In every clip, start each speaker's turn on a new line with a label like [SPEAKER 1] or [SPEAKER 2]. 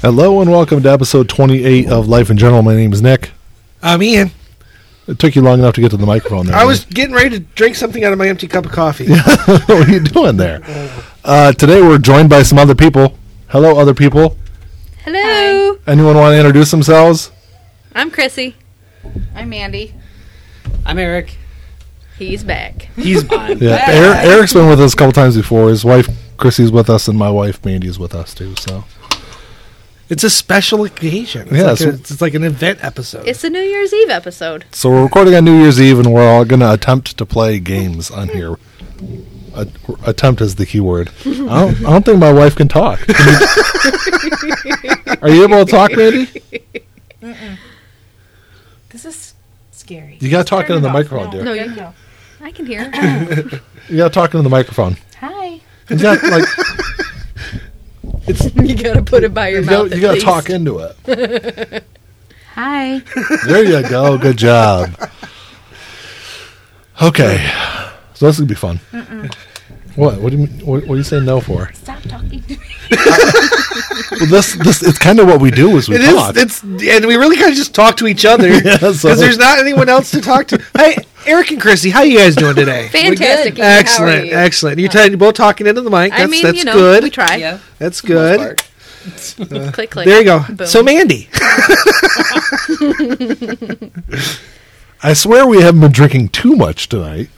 [SPEAKER 1] Hello and welcome to episode 28 of Life in General. My name is Nick.
[SPEAKER 2] I'm Ian.
[SPEAKER 1] It took you long enough to get to the microphone there.
[SPEAKER 2] I was getting ready to drink something out of my empty cup of coffee.
[SPEAKER 1] what are you doing there? Uh, today we're joined by some other people. Hello, other people.
[SPEAKER 3] Hello.
[SPEAKER 1] Anyone want to introduce themselves?
[SPEAKER 3] I'm Chrissy.
[SPEAKER 4] I'm Mandy.
[SPEAKER 5] I'm Eric.
[SPEAKER 3] He's back.
[SPEAKER 5] He's on.
[SPEAKER 1] Yeah, Eric, Eric's been with us a couple times before. His wife Chrissy's with us, and my wife Mandy's with us too. So
[SPEAKER 2] It's a special occasion. It's
[SPEAKER 1] Yeah,
[SPEAKER 2] like a-
[SPEAKER 1] it's-
[SPEAKER 2] it's, like an event episode.
[SPEAKER 3] It's the New Year's Eve episode.
[SPEAKER 1] So we're recording on New Year's Eve, and we're all going to attempt to play games on here. A- attempt is the key word. I don't, I don't think my wife can talk. Can you- are you able to talk, Mandy?
[SPEAKER 4] This is scary.
[SPEAKER 1] You got to talk
[SPEAKER 4] Turn
[SPEAKER 1] into the
[SPEAKER 4] it off.
[SPEAKER 1] microphone, dear.
[SPEAKER 3] No,
[SPEAKER 4] there
[SPEAKER 3] you-
[SPEAKER 4] go.
[SPEAKER 3] I can hear. him.
[SPEAKER 1] You got to talk into the microphone.
[SPEAKER 4] Hi.
[SPEAKER 1] You got like
[SPEAKER 3] you gotta put it by your
[SPEAKER 1] you
[SPEAKER 3] mouth.
[SPEAKER 1] got
[SPEAKER 3] at
[SPEAKER 1] to
[SPEAKER 3] least.
[SPEAKER 1] talk into it.
[SPEAKER 4] Hi.
[SPEAKER 1] There you go. Good job. Okay, so this is gonna be fun. What? What do you mean? What, what are you saying no for?
[SPEAKER 4] Stop talking to me.
[SPEAKER 1] Well, this this it's kind of what we do is we
[SPEAKER 2] It is-
[SPEAKER 1] talk.
[SPEAKER 2] It's and we really kind of just talk to each other because
[SPEAKER 1] so-
[SPEAKER 2] there's not anyone else to talk to. Hey, Eric and Chrissy, how you guys doing today?
[SPEAKER 3] Fantastic. Ian, how are
[SPEAKER 2] excellent,
[SPEAKER 3] you? Uh,
[SPEAKER 2] excellent. You're, telling- you're both talking into the mic. That's,
[SPEAKER 3] I mean,
[SPEAKER 2] that's
[SPEAKER 3] you know,
[SPEAKER 2] good.
[SPEAKER 3] we try.
[SPEAKER 5] Yeah.
[SPEAKER 2] That's good.
[SPEAKER 5] Mark.
[SPEAKER 3] Click, click.
[SPEAKER 2] There you go.
[SPEAKER 3] Boom.
[SPEAKER 2] So, Mandy,
[SPEAKER 1] I swear we haven't been drinking too much tonight.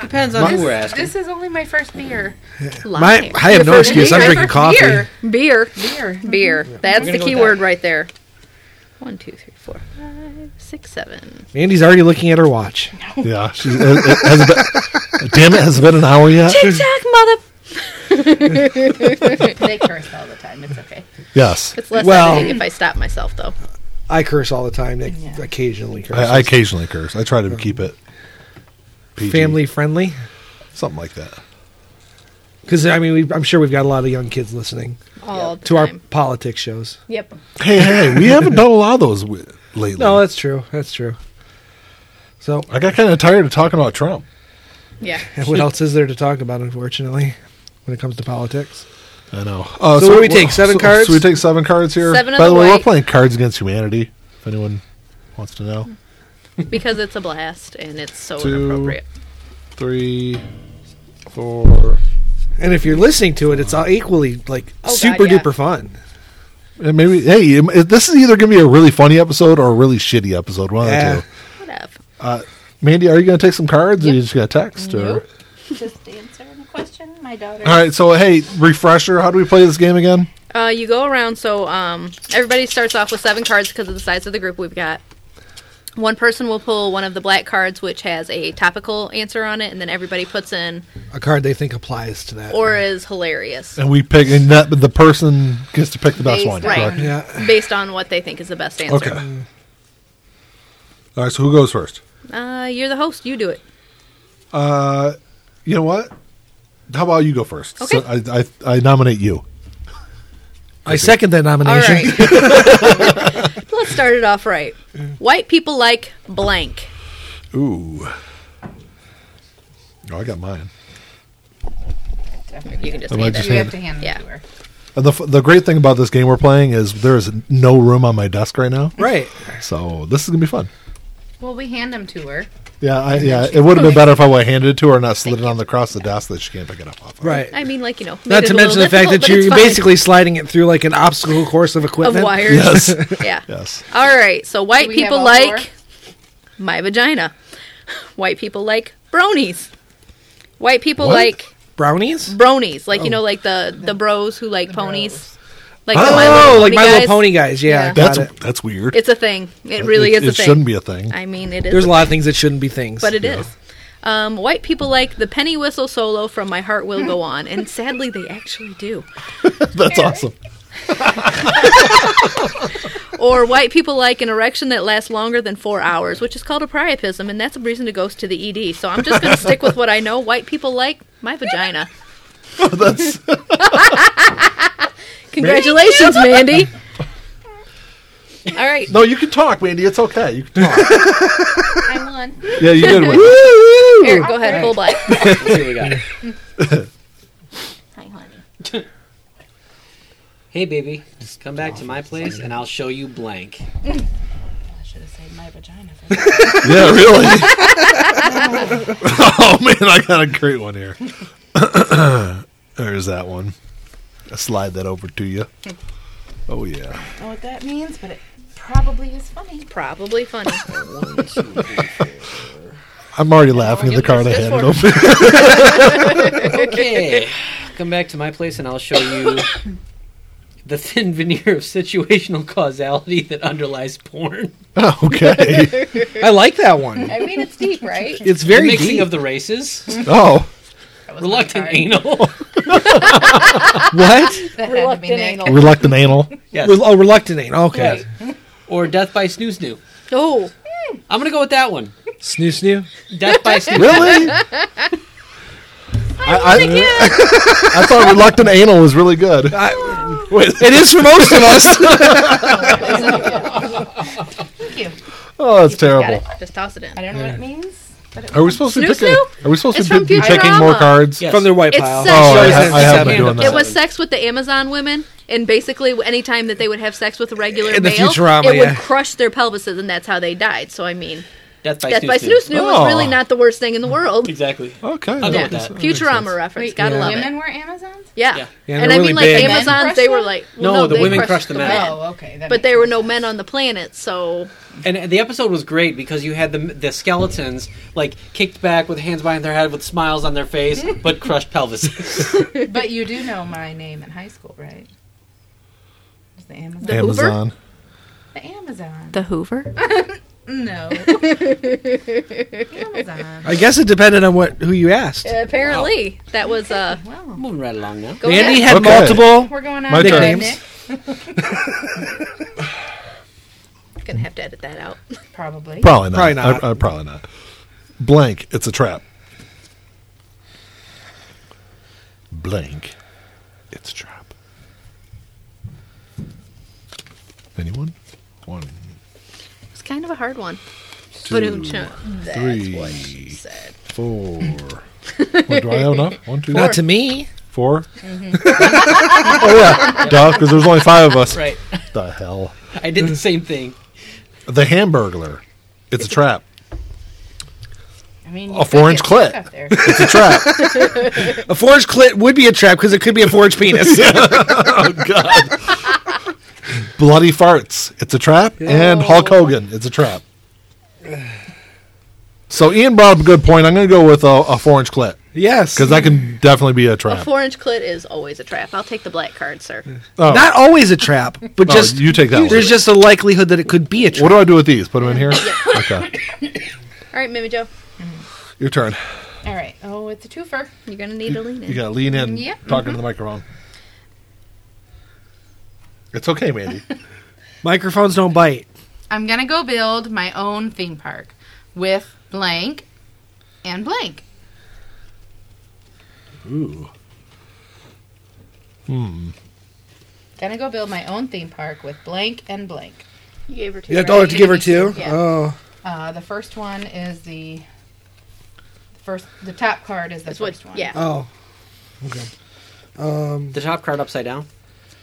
[SPEAKER 5] Depends on who we're asking.
[SPEAKER 4] This is only my first beer.
[SPEAKER 2] my,
[SPEAKER 3] Liar.
[SPEAKER 2] I have no excuse. I'm drinking coffee.
[SPEAKER 3] Beer. Beer.
[SPEAKER 4] Beer.
[SPEAKER 3] Beer. That's the
[SPEAKER 5] We're gonna go
[SPEAKER 3] key
[SPEAKER 5] with
[SPEAKER 3] word
[SPEAKER 5] that.
[SPEAKER 3] right there. One, two, three, four, five, six, seven.
[SPEAKER 2] Mandy's already looking at her watch.
[SPEAKER 1] Yeah, she, it, it has it been, damn it, has it been an hour yet?
[SPEAKER 3] TikTok, mother.
[SPEAKER 4] they curse all the time. It's okay.
[SPEAKER 1] Yes,
[SPEAKER 3] It's less
[SPEAKER 2] Well-
[SPEAKER 3] editing if I stop myself, though.
[SPEAKER 2] I curse all the time. Nick
[SPEAKER 4] Yeah.
[SPEAKER 2] occasionally curses.
[SPEAKER 1] I, I occasionally curse. I try to keep it PG,
[SPEAKER 2] family friendly.
[SPEAKER 1] something like that.
[SPEAKER 2] Because I mean, we, I'm sure we've got a lot of young kids listening
[SPEAKER 3] All the
[SPEAKER 2] to our
[SPEAKER 3] time.
[SPEAKER 2] politics shows.
[SPEAKER 3] Yep.
[SPEAKER 1] Hey, hey, we haven't done a lot of those wi- lately.
[SPEAKER 2] No, that's true. That's true. So,
[SPEAKER 1] I got kind of tired of talking about Trump.
[SPEAKER 3] Yeah.
[SPEAKER 2] and what else is there to talk about? Unfortunately, when it comes to politics,
[SPEAKER 1] I know. Uh,
[SPEAKER 2] So what do we take, seven
[SPEAKER 1] so-
[SPEAKER 2] cards?
[SPEAKER 1] So we take seven cards here.
[SPEAKER 3] Seven of
[SPEAKER 1] By
[SPEAKER 3] the
[SPEAKER 1] the way, we're
[SPEAKER 3] white.
[SPEAKER 1] playing Cards Against Humanity. If anyone wants to
[SPEAKER 3] Hmm.
[SPEAKER 1] know,
[SPEAKER 3] Because it's a blast and it's so
[SPEAKER 1] Two.
[SPEAKER 3] inappropriate.
[SPEAKER 1] three, four.
[SPEAKER 2] and if you're listening to it, it's all equally like
[SPEAKER 3] Oh, God,
[SPEAKER 2] super
[SPEAKER 3] yeah.
[SPEAKER 2] duper fun.
[SPEAKER 1] And maybe hey, it- it- this is either going to be a really funny episode or a really shitty episode. One
[SPEAKER 2] Yeah.
[SPEAKER 1] of the two.
[SPEAKER 3] Whatever.
[SPEAKER 1] Mandy, are you going to take some cards, or you just going to text? Or?
[SPEAKER 4] Just answering the question. My daughter.
[SPEAKER 1] All right. So hey, refresher. How do we play this game again?
[SPEAKER 3] Uh, you go around, so um, everybody starts off with seven cards because of the size of the group we've got. One person will pull one of the black cards, which has a topical answer on it, and then everybody puts in
[SPEAKER 2] A card they think applies to that.
[SPEAKER 3] or is hilarious
[SPEAKER 1] And we pick, and that the person gets to pick the best
[SPEAKER 4] Based
[SPEAKER 1] one.
[SPEAKER 3] right.
[SPEAKER 1] correct?
[SPEAKER 2] yeah,
[SPEAKER 3] based on what they think is the best answer.
[SPEAKER 1] Okay. Mm. All right. So who goes first?
[SPEAKER 3] Uh, you're the host, you do it.
[SPEAKER 1] Uh, you know what? How about you go first?
[SPEAKER 3] Okay.
[SPEAKER 1] So I, I I nominate you.
[SPEAKER 2] I second that
[SPEAKER 3] All
[SPEAKER 2] nomination.
[SPEAKER 3] right. Let's start it off right. White people like blank.
[SPEAKER 1] Ooh. Oh, I got mine.
[SPEAKER 3] You can just
[SPEAKER 1] Am I
[SPEAKER 3] hand
[SPEAKER 1] just
[SPEAKER 3] it.
[SPEAKER 4] You have to hand
[SPEAKER 3] Yeah.
[SPEAKER 4] it to her.
[SPEAKER 1] And the f- the great thing about this game we're playing is there is no room on my desk right now,
[SPEAKER 2] Right.
[SPEAKER 1] so this is gonna be fun.
[SPEAKER 4] Well, we hand them to her.
[SPEAKER 1] Yeah, I, yeah. It would have been better if I would have handed it to her and not slid it on the cross the desk that she can't pick it up off. Of.
[SPEAKER 2] Right.
[SPEAKER 3] I mean, like you know,
[SPEAKER 2] Not
[SPEAKER 3] made it
[SPEAKER 2] to
[SPEAKER 3] a little
[SPEAKER 2] mention the fact
[SPEAKER 3] difficult,
[SPEAKER 2] that
[SPEAKER 3] but
[SPEAKER 2] you're
[SPEAKER 3] it's fine.
[SPEAKER 2] basically sliding it through like an obstacle course of
[SPEAKER 3] of
[SPEAKER 2] equipment.
[SPEAKER 3] wires.
[SPEAKER 1] Yes.
[SPEAKER 3] Yeah.
[SPEAKER 1] yes.
[SPEAKER 3] All right, so white
[SPEAKER 4] Do we have
[SPEAKER 3] people
[SPEAKER 4] all
[SPEAKER 3] like
[SPEAKER 4] four?
[SPEAKER 3] my vagina. White people like bronies. White people
[SPEAKER 1] What? Oh.
[SPEAKER 3] like
[SPEAKER 2] Brownies.
[SPEAKER 3] bronies, like you know, like the the bros who like ponies, like the
[SPEAKER 1] Ah!
[SPEAKER 3] My Little
[SPEAKER 2] Oh, like
[SPEAKER 3] Pony
[SPEAKER 2] My Little
[SPEAKER 3] guys.
[SPEAKER 2] Pony guys. Yeah, got
[SPEAKER 4] Yeah.
[SPEAKER 1] That's
[SPEAKER 2] it.
[SPEAKER 1] that's weird.
[SPEAKER 3] It's a thing. It really
[SPEAKER 1] it,
[SPEAKER 3] is a
[SPEAKER 1] it
[SPEAKER 3] thing.
[SPEAKER 1] shouldn't be a thing.
[SPEAKER 3] I mean, it is.
[SPEAKER 2] There's a lot of things that shouldn't be things.
[SPEAKER 3] but it is. Um, white people like the penny whistle solo from My Heart Will Go On, and sadly, they actually do.
[SPEAKER 1] that's awesome.
[SPEAKER 3] Or white people like an erection that lasts longer than four hours, which is called a priapism, and that's a reason to go to the ED. So I'm just going to stick with what I know. White people like my vagina.
[SPEAKER 1] that's
[SPEAKER 3] Congratulations, Mandy. All right.
[SPEAKER 1] no. You can talk, Mandy. It's okay. You can talk.
[SPEAKER 4] I won.
[SPEAKER 1] yeah, you did. win.
[SPEAKER 3] Eric, go ahead, full black.
[SPEAKER 5] Let's see what we got.
[SPEAKER 4] Hi, honey.
[SPEAKER 5] hey baby, just come back to my place and I'll show you blank.
[SPEAKER 4] I should have saved my vagina for that.
[SPEAKER 1] Yeah, really. oh man, I got a great one here. There's that one. I slide that over to you. Oh yeah.
[SPEAKER 4] I don't know what that means, but it probably is funny.
[SPEAKER 3] Probably funny.
[SPEAKER 1] I'm already laughing at the card I handed over.
[SPEAKER 5] Okay, come back to my place and I'll show you the thin veneer of situational causality that underlies porn.
[SPEAKER 1] Oh, okay.
[SPEAKER 2] I like that one.
[SPEAKER 4] I mean, it's deep, right?
[SPEAKER 2] It's
[SPEAKER 5] The
[SPEAKER 2] very
[SPEAKER 5] mixing
[SPEAKER 2] deep.
[SPEAKER 5] of the races,
[SPEAKER 1] Oh,
[SPEAKER 4] That was my
[SPEAKER 5] reluctant
[SPEAKER 4] card.
[SPEAKER 5] anal.
[SPEAKER 2] what?
[SPEAKER 4] That had to be Nick.
[SPEAKER 1] reluctant anal.
[SPEAKER 5] yes.
[SPEAKER 2] Rel- oh, reluctant. anal. Okay.
[SPEAKER 5] Yes. Or death by snoo snoo.
[SPEAKER 3] oh,
[SPEAKER 5] I'm gonna go with that one.
[SPEAKER 2] Snoo snoo.
[SPEAKER 5] Death by snoo.
[SPEAKER 1] Really? I, I, I thought reluctant anal was really good.
[SPEAKER 2] I-
[SPEAKER 1] Wait,
[SPEAKER 2] it is for most of us.
[SPEAKER 4] Thank you.
[SPEAKER 1] oh, that's
[SPEAKER 3] got it.
[SPEAKER 1] terrible.
[SPEAKER 3] Just toss it in.
[SPEAKER 4] I don't know what it means. But it
[SPEAKER 1] Are we supposed to be
[SPEAKER 3] Snoo
[SPEAKER 1] picking?
[SPEAKER 3] snoo?
[SPEAKER 1] Are we supposed
[SPEAKER 3] It's
[SPEAKER 1] to
[SPEAKER 3] from
[SPEAKER 1] be, be checking
[SPEAKER 3] Futurama.
[SPEAKER 1] more cards?
[SPEAKER 5] Yes.
[SPEAKER 2] From their white
[SPEAKER 3] It's
[SPEAKER 2] pile.
[SPEAKER 3] such
[SPEAKER 1] Oh,
[SPEAKER 3] a-
[SPEAKER 1] I, I,
[SPEAKER 2] Always has
[SPEAKER 1] I
[SPEAKER 2] to
[SPEAKER 1] have
[SPEAKER 2] happen.
[SPEAKER 1] been doing that.
[SPEAKER 3] It was sex with the Amazon women, and basically any time that they would have sex with a regular
[SPEAKER 2] In the
[SPEAKER 3] male,
[SPEAKER 2] Futurama,
[SPEAKER 3] it
[SPEAKER 2] yeah.
[SPEAKER 3] would crush their pelvises, and that's how they died. So I mean,
[SPEAKER 5] Death by
[SPEAKER 3] death
[SPEAKER 5] snoo
[SPEAKER 3] by
[SPEAKER 5] snoo.
[SPEAKER 3] snoo snoo was really
[SPEAKER 1] Oh.
[SPEAKER 3] not the worst thing in the world.
[SPEAKER 5] Exactly.
[SPEAKER 1] okay.
[SPEAKER 5] I'll go
[SPEAKER 3] Yeah,
[SPEAKER 5] with that.
[SPEAKER 3] Futurama reference,
[SPEAKER 4] Wait,
[SPEAKER 3] gotta
[SPEAKER 2] yeah.
[SPEAKER 3] love
[SPEAKER 4] women
[SPEAKER 3] it.
[SPEAKER 4] were Amazons?
[SPEAKER 3] Yeah,
[SPEAKER 5] Yeah.
[SPEAKER 2] Yeah,
[SPEAKER 3] and
[SPEAKER 2] they're
[SPEAKER 3] I
[SPEAKER 2] really
[SPEAKER 3] mean like
[SPEAKER 2] big.
[SPEAKER 3] the
[SPEAKER 2] Men
[SPEAKER 3] Amazons,
[SPEAKER 4] crushed
[SPEAKER 3] they were
[SPEAKER 4] them?
[SPEAKER 3] like
[SPEAKER 5] No,
[SPEAKER 3] well,
[SPEAKER 5] the
[SPEAKER 3] they
[SPEAKER 5] women
[SPEAKER 3] crushed,
[SPEAKER 5] crushed the
[SPEAKER 3] the
[SPEAKER 5] men.
[SPEAKER 3] men.
[SPEAKER 4] Oh, okay. that
[SPEAKER 3] But
[SPEAKER 4] makes
[SPEAKER 3] there were
[SPEAKER 4] sense.
[SPEAKER 3] no men on the planet, so
[SPEAKER 5] And the episode was great because you had the the skeletons like kicked back with hands behind their head with smiles on their face, but crushed pelvises.
[SPEAKER 4] But you do know my name in high school, right? It's the Amazon. The,
[SPEAKER 3] Am-
[SPEAKER 1] Amazon.
[SPEAKER 4] Amazon.
[SPEAKER 3] the Hoover.
[SPEAKER 4] no. Amazon.
[SPEAKER 2] I guess it depended on what who you asked.
[SPEAKER 3] Apparently, that was uh.
[SPEAKER 4] Well,
[SPEAKER 5] Moving right along now.
[SPEAKER 3] Go
[SPEAKER 2] Andy
[SPEAKER 3] ahead.
[SPEAKER 2] had
[SPEAKER 1] Okay.
[SPEAKER 2] multiple.
[SPEAKER 4] we're going on
[SPEAKER 1] My
[SPEAKER 4] to
[SPEAKER 1] turn.
[SPEAKER 4] Nick.
[SPEAKER 3] Gonna have to edit that out.
[SPEAKER 4] Probably.
[SPEAKER 1] Probably not.
[SPEAKER 2] Probably not.
[SPEAKER 1] I, I, probably not. Blank. It's a trap. Blank. It's a trap. Anyone? One,
[SPEAKER 3] It's kind of a hard one.
[SPEAKER 1] two,
[SPEAKER 3] That's what she
[SPEAKER 1] three,
[SPEAKER 3] said.
[SPEAKER 1] four. What, do I have enough? One, two,
[SPEAKER 2] Not to me.
[SPEAKER 1] four?
[SPEAKER 3] Mm-hmm.
[SPEAKER 1] oh yeah, duh. Because there's only five of us.
[SPEAKER 5] Right.
[SPEAKER 1] The hell.
[SPEAKER 5] I did
[SPEAKER 2] Mm.
[SPEAKER 5] the same thing.
[SPEAKER 1] The Hamburglar. It's a trap.
[SPEAKER 4] I mean,
[SPEAKER 1] A four-inch clit.
[SPEAKER 4] clip. There.
[SPEAKER 1] It's a trap.
[SPEAKER 2] A forged clit would be a trap because it could be a forged penis.
[SPEAKER 1] Oh, God. Bloody farts. It's a trap. And Hulk Hogan. It's a trap. So Ian brought up a good point. I'm going to go with a, a four inch clit
[SPEAKER 2] yes.
[SPEAKER 1] because that can definitely be a
[SPEAKER 3] A
[SPEAKER 1] trap.
[SPEAKER 3] four-inch clit is always a trap. I'll take the black card, sir.
[SPEAKER 1] Oh,
[SPEAKER 2] Not always a trap, but
[SPEAKER 1] Oh,
[SPEAKER 2] just
[SPEAKER 1] you take that one.
[SPEAKER 2] There's just a likelihood that it could be a
[SPEAKER 1] what
[SPEAKER 2] trap.
[SPEAKER 1] do I do with these? Put them in here. Okay,
[SPEAKER 3] All right, Mimi Joe,
[SPEAKER 1] your turn.
[SPEAKER 4] All right. Oh, it's a twofer.
[SPEAKER 3] you're gonna need to lean in.
[SPEAKER 1] You got to lean in.
[SPEAKER 4] Yep.
[SPEAKER 1] Talking to the microphone. It's okay, Mandy.
[SPEAKER 2] Microphones don't bite.
[SPEAKER 4] I'm gonna go build my own theme park with blank and blank.
[SPEAKER 1] Ooh,
[SPEAKER 4] Gonna go build my own theme park with blank and blank.
[SPEAKER 3] You gave her two.
[SPEAKER 2] You have
[SPEAKER 3] right?
[SPEAKER 2] to, have to give her two.
[SPEAKER 4] Yeah.
[SPEAKER 2] Oh,
[SPEAKER 4] Uh, the first one is the first. The top card is the
[SPEAKER 3] That's what-
[SPEAKER 4] first one.
[SPEAKER 3] yeah.
[SPEAKER 2] oh,
[SPEAKER 5] The top card upside down.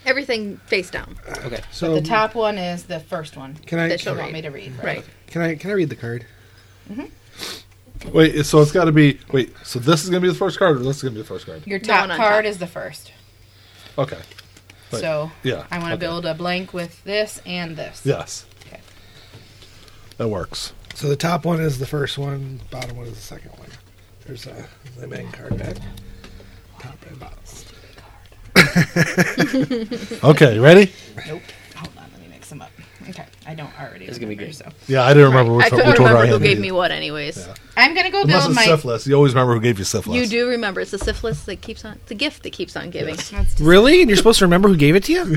[SPEAKER 3] Everything face down.
[SPEAKER 5] Okay.
[SPEAKER 2] so
[SPEAKER 4] The top one is the first one.
[SPEAKER 2] Can I
[SPEAKER 3] that
[SPEAKER 4] You
[SPEAKER 3] she'll
[SPEAKER 4] want
[SPEAKER 3] read.
[SPEAKER 4] me to read?
[SPEAKER 3] Right.
[SPEAKER 2] can I can I read the card?
[SPEAKER 1] wait. So it's got to be wait. So this is going to be the first card, or this is going to be the first card.
[SPEAKER 4] Your
[SPEAKER 3] The
[SPEAKER 4] top
[SPEAKER 3] one on
[SPEAKER 4] card
[SPEAKER 3] top.
[SPEAKER 4] is the first.
[SPEAKER 1] Okay. Right.
[SPEAKER 4] So
[SPEAKER 1] Yeah,
[SPEAKER 4] I want to
[SPEAKER 1] okay.
[SPEAKER 4] build a blank with this and this.
[SPEAKER 1] Yes.
[SPEAKER 4] Okay.
[SPEAKER 1] That works.
[SPEAKER 2] So the top one is the first one. Bottom one is the second one. There's a the main card back. Top and bottom.
[SPEAKER 1] Okay, ready?
[SPEAKER 4] Nope. Hold on. Let me mix them up. Okay. I don't already.
[SPEAKER 5] It's gonna be
[SPEAKER 4] remember,
[SPEAKER 5] good.
[SPEAKER 4] So
[SPEAKER 1] Yeah, I didn't remember
[SPEAKER 3] I
[SPEAKER 1] which,
[SPEAKER 3] couldn't
[SPEAKER 1] which order I
[SPEAKER 3] remember
[SPEAKER 1] had.
[SPEAKER 3] who gave
[SPEAKER 1] to
[SPEAKER 3] me
[SPEAKER 1] do.
[SPEAKER 3] what, anyways.
[SPEAKER 4] I'm gonna go
[SPEAKER 1] Unless
[SPEAKER 4] build
[SPEAKER 1] it's
[SPEAKER 4] my.
[SPEAKER 1] syphilis, you always remember who gave you syphilis.
[SPEAKER 3] You do remember it's the syphilis that keeps on the gift that keeps on giving.
[SPEAKER 4] That's just-
[SPEAKER 2] Really? And you're supposed to remember who gave it to you?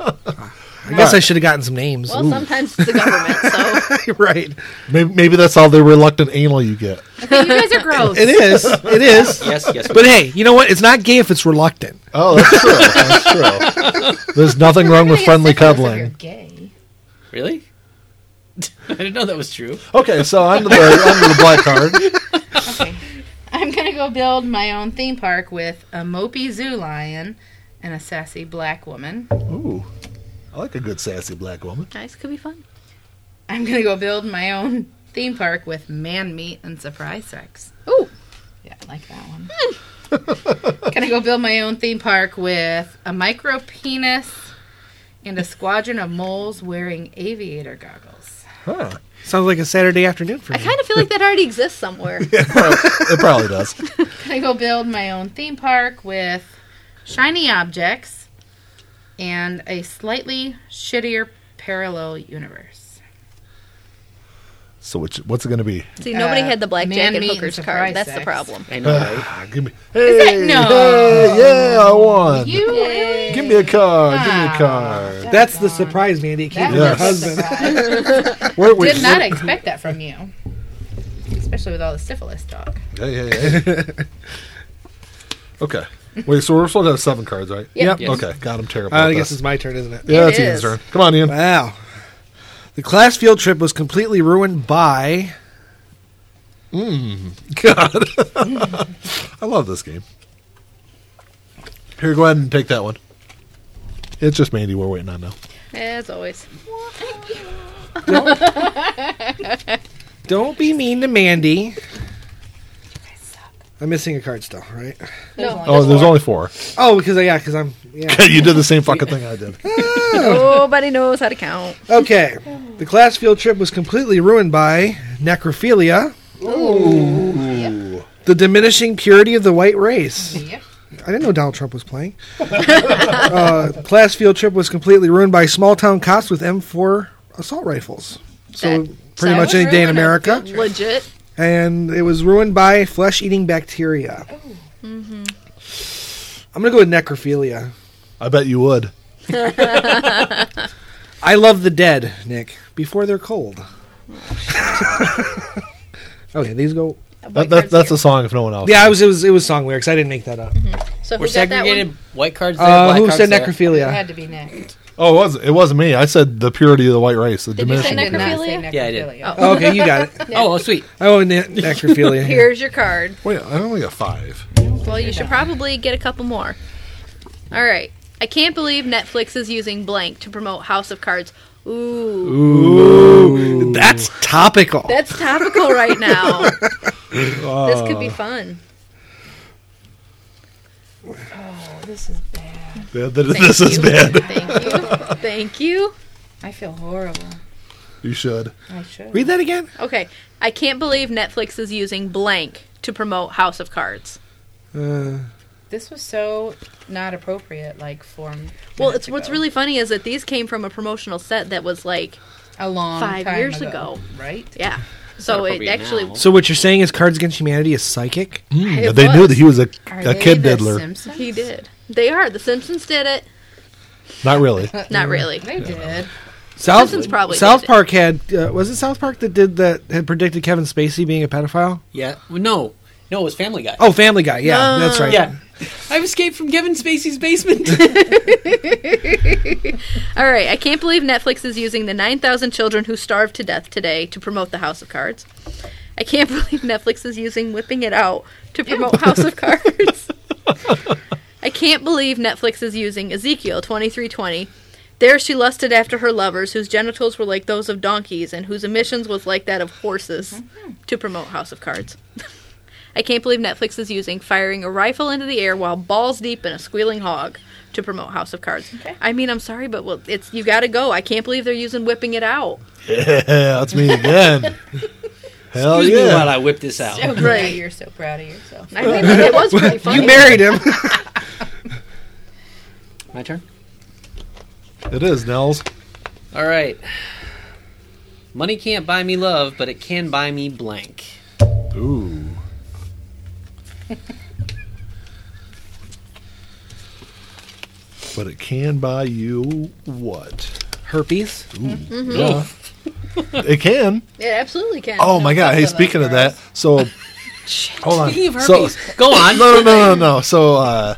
[SPEAKER 2] I guess I should have gotten some names.
[SPEAKER 3] Well, sometimes it's the government, so
[SPEAKER 2] right.
[SPEAKER 1] Maybe, maybe that's all the reluctant anal you get.
[SPEAKER 4] Okay, you guys are gross.
[SPEAKER 2] It is. It is.
[SPEAKER 5] Yes, yes.
[SPEAKER 2] But hey, you know what? It's not gay if it's reluctant.
[SPEAKER 1] Oh, that's true. that's true. There's nothing wrong with friendly
[SPEAKER 4] You're
[SPEAKER 1] cuddling.
[SPEAKER 4] gay.
[SPEAKER 5] really? I didn't know that was true.
[SPEAKER 1] Okay, so under the under the black card.
[SPEAKER 4] Okay. I'm gonna go build my own theme park with a mopey zoo lion and a sassy black woman.
[SPEAKER 1] Ooh, I like a good sassy black woman.
[SPEAKER 3] Nice, could be fun.
[SPEAKER 4] I'm gonna go build my own theme park with man meat and surprise sex.
[SPEAKER 3] Ooh,
[SPEAKER 4] Yeah, I like that one. Can I go build my own theme park with a micro penis and a squadron of moles wearing aviator goggles?
[SPEAKER 1] Huh?
[SPEAKER 2] Sounds like a Saturday afternoon for
[SPEAKER 3] I
[SPEAKER 2] me.
[SPEAKER 3] kind of feel like that already exists somewhere.
[SPEAKER 1] it probably does.
[SPEAKER 4] Can I go build my own theme park with shiny objects and a slightly shittier parallel universe?
[SPEAKER 1] So which, what's it going to be?
[SPEAKER 3] See, nobody
[SPEAKER 4] Uh,
[SPEAKER 3] had the blackjack
[SPEAKER 4] man
[SPEAKER 3] and
[SPEAKER 4] meat and
[SPEAKER 3] hookers card.
[SPEAKER 4] surprise
[SPEAKER 3] That's the
[SPEAKER 4] sex.
[SPEAKER 3] problem.
[SPEAKER 5] I know, right?
[SPEAKER 1] Ah, give me. Hey,
[SPEAKER 4] no?
[SPEAKER 1] hey, yeah, I won.
[SPEAKER 4] You
[SPEAKER 3] Yay.
[SPEAKER 1] give me a card. Give me a
[SPEAKER 3] Ah.
[SPEAKER 4] Wow.
[SPEAKER 1] card.
[SPEAKER 2] That's the surprise, Mandy. Keep
[SPEAKER 4] That
[SPEAKER 2] your
[SPEAKER 1] Yes.
[SPEAKER 4] was a
[SPEAKER 2] husband.
[SPEAKER 4] surprise.
[SPEAKER 1] Where, wait,
[SPEAKER 4] Did not expect that from you, especially with all the syphilis talk.
[SPEAKER 1] Hey, hey, hey. okay. Wait, so we're supposed to have seven cards, right?
[SPEAKER 2] Yep.
[SPEAKER 5] Yes.
[SPEAKER 1] Okay. God, I'm terrible.
[SPEAKER 2] I
[SPEAKER 1] at
[SPEAKER 2] guess
[SPEAKER 1] this.
[SPEAKER 2] it's my turn, isn't it?
[SPEAKER 1] yeah,
[SPEAKER 3] It
[SPEAKER 1] it's Ian's
[SPEAKER 3] is.
[SPEAKER 1] turn. Come on, Ian.
[SPEAKER 2] Wow. The class field trip was completely ruined by.
[SPEAKER 1] God. I love this game. Here, go ahead and take that one. It's just Mandy we're waiting on now.
[SPEAKER 3] As always.
[SPEAKER 2] Don't be mean to Mandy. I'm missing a card still, right?
[SPEAKER 3] No.
[SPEAKER 1] Oh, there's only four.
[SPEAKER 2] Oh, because I yeah, because I'm yeah.
[SPEAKER 1] you did the same fucking thing I did.
[SPEAKER 3] Nobody knows how to count.
[SPEAKER 2] Okay. The class field trip was completely ruined by necrophilia. The diminishing purity of the white race.
[SPEAKER 4] Yep.
[SPEAKER 2] I didn't know Donald Trump was playing. uh, class field trip was completely ruined by small town cops with M4 assault rifles. So
[SPEAKER 3] That
[SPEAKER 2] pretty much
[SPEAKER 3] sounds
[SPEAKER 2] any day in
[SPEAKER 3] ruinous.
[SPEAKER 2] America.
[SPEAKER 3] Legit.
[SPEAKER 2] and it was ruined by flesh-eating bacteria. Mm-hmm. I'm gonna go with necrophilia.
[SPEAKER 1] I bet you would.
[SPEAKER 2] I love the dead, Nick. Before they're cold. okay, these go.
[SPEAKER 1] That, that, that's a song if no one else.
[SPEAKER 2] Yeah, I was. It was. It was song lyrics. I didn't make that up.
[SPEAKER 3] So who
[SPEAKER 5] We're
[SPEAKER 3] got that
[SPEAKER 5] segregated.
[SPEAKER 3] one?
[SPEAKER 5] White cards there,
[SPEAKER 2] Uh,
[SPEAKER 5] black
[SPEAKER 2] who
[SPEAKER 5] cards
[SPEAKER 2] said
[SPEAKER 5] there.
[SPEAKER 4] It
[SPEAKER 2] necrophilia?
[SPEAKER 4] had to be Nick.
[SPEAKER 1] Oh, it wasn't, it wasn't me. I said the purity of the white race, the
[SPEAKER 3] Did you say
[SPEAKER 1] diminishing.
[SPEAKER 4] Did
[SPEAKER 1] purity.
[SPEAKER 4] not say
[SPEAKER 5] Yeah, I did.
[SPEAKER 4] necrophilia.
[SPEAKER 2] Oh, okay, you got it.
[SPEAKER 5] Oh, oh, sweet.
[SPEAKER 2] Oh, ne- necrophilia. here.
[SPEAKER 3] Here's your card.
[SPEAKER 1] Wait, I only got five.
[SPEAKER 3] Well, you should probably get a couple more. All right. I can't believe Netflix is using blank to promote House of Cards. Ooh.
[SPEAKER 2] That's topical.
[SPEAKER 3] That's topical right now. this could be fun.
[SPEAKER 4] This is bad.
[SPEAKER 1] Yeah, th- this is
[SPEAKER 3] you.
[SPEAKER 1] bad.
[SPEAKER 3] Thank you. Thank you.
[SPEAKER 4] I feel horrible.
[SPEAKER 1] You should.
[SPEAKER 4] I should.
[SPEAKER 2] Read that again.
[SPEAKER 3] Okay. I can't believe Netflix is using blank to promote House of Cards.
[SPEAKER 2] Uh,
[SPEAKER 4] This was so not appropriate, like form.
[SPEAKER 3] Well, it's what's really funny is that these came from a promotional set that was like,
[SPEAKER 4] a long
[SPEAKER 3] five
[SPEAKER 4] time
[SPEAKER 3] years
[SPEAKER 4] ago,
[SPEAKER 3] ago.
[SPEAKER 4] right?
[SPEAKER 3] yeah. So it
[SPEAKER 5] appropriate
[SPEAKER 3] actually
[SPEAKER 5] now.
[SPEAKER 2] so what you're saying is Cards Against Humanity is psychic?
[SPEAKER 1] Mm,
[SPEAKER 3] It
[SPEAKER 1] they knew
[SPEAKER 3] was.
[SPEAKER 1] that he was a,
[SPEAKER 4] Are
[SPEAKER 1] a
[SPEAKER 4] they
[SPEAKER 1] kid
[SPEAKER 4] the
[SPEAKER 1] diddler.
[SPEAKER 4] Simpsons?
[SPEAKER 3] he did. They are. The Simpsons did it.
[SPEAKER 1] Not really.
[SPEAKER 3] Not really.
[SPEAKER 4] They did.
[SPEAKER 2] South
[SPEAKER 3] Simpsons probably
[SPEAKER 2] South
[SPEAKER 3] did it.
[SPEAKER 2] Park had uh, was it South Park that did that had predicted Kevin Spacey being a pedophile?
[SPEAKER 5] Yeah. Well, no. No, it was Family Guy.
[SPEAKER 2] Oh, Family Guy. Yeah, that's right.
[SPEAKER 5] Uh,
[SPEAKER 2] Oh,
[SPEAKER 5] yeah. I've escaped from Kevin Spacey's basement.
[SPEAKER 3] All right, I can't believe Netflix is using the 9,000 children who starved to death today to promote the House of Cards. I can't believe Netflix is using Whipping It Out to promote House of Cards. I can't believe Netflix is using Ezekiel 2320. There she lusted after her lovers, whose genitals were like those of donkeys and whose emissions was like that of horses, to promote House of Cards. I can't believe Netflix is using firing a rifle into the air while balls deep in a squealing hog to promote House of Cards. I mean, I'm sorry, but well, it's you got to go. I can't believe they're using whipping it out.
[SPEAKER 1] Yeah, that's me again. Hell
[SPEAKER 5] Excuse me while
[SPEAKER 1] yeah.
[SPEAKER 5] I whip this out.
[SPEAKER 4] Oh,
[SPEAKER 3] Right.
[SPEAKER 4] right. You're so proud of yourself.
[SPEAKER 3] I mean, it was pretty funny.
[SPEAKER 2] You married him.
[SPEAKER 5] My turn.
[SPEAKER 1] It is, Nels.
[SPEAKER 5] All right. Money can't buy me love, but it can buy me blank.
[SPEAKER 1] Ooh. but it can buy you what?
[SPEAKER 2] Herpes.
[SPEAKER 5] Mm-hmm.
[SPEAKER 1] Yeah. it can.
[SPEAKER 3] it absolutely can.
[SPEAKER 1] Oh my god! Hey,
[SPEAKER 4] that's
[SPEAKER 1] speaking of
[SPEAKER 4] gross.
[SPEAKER 1] that, so hold on.
[SPEAKER 5] Speaking of
[SPEAKER 1] So-
[SPEAKER 5] herpes, go on.
[SPEAKER 1] no, no, no, no, no. So, uh,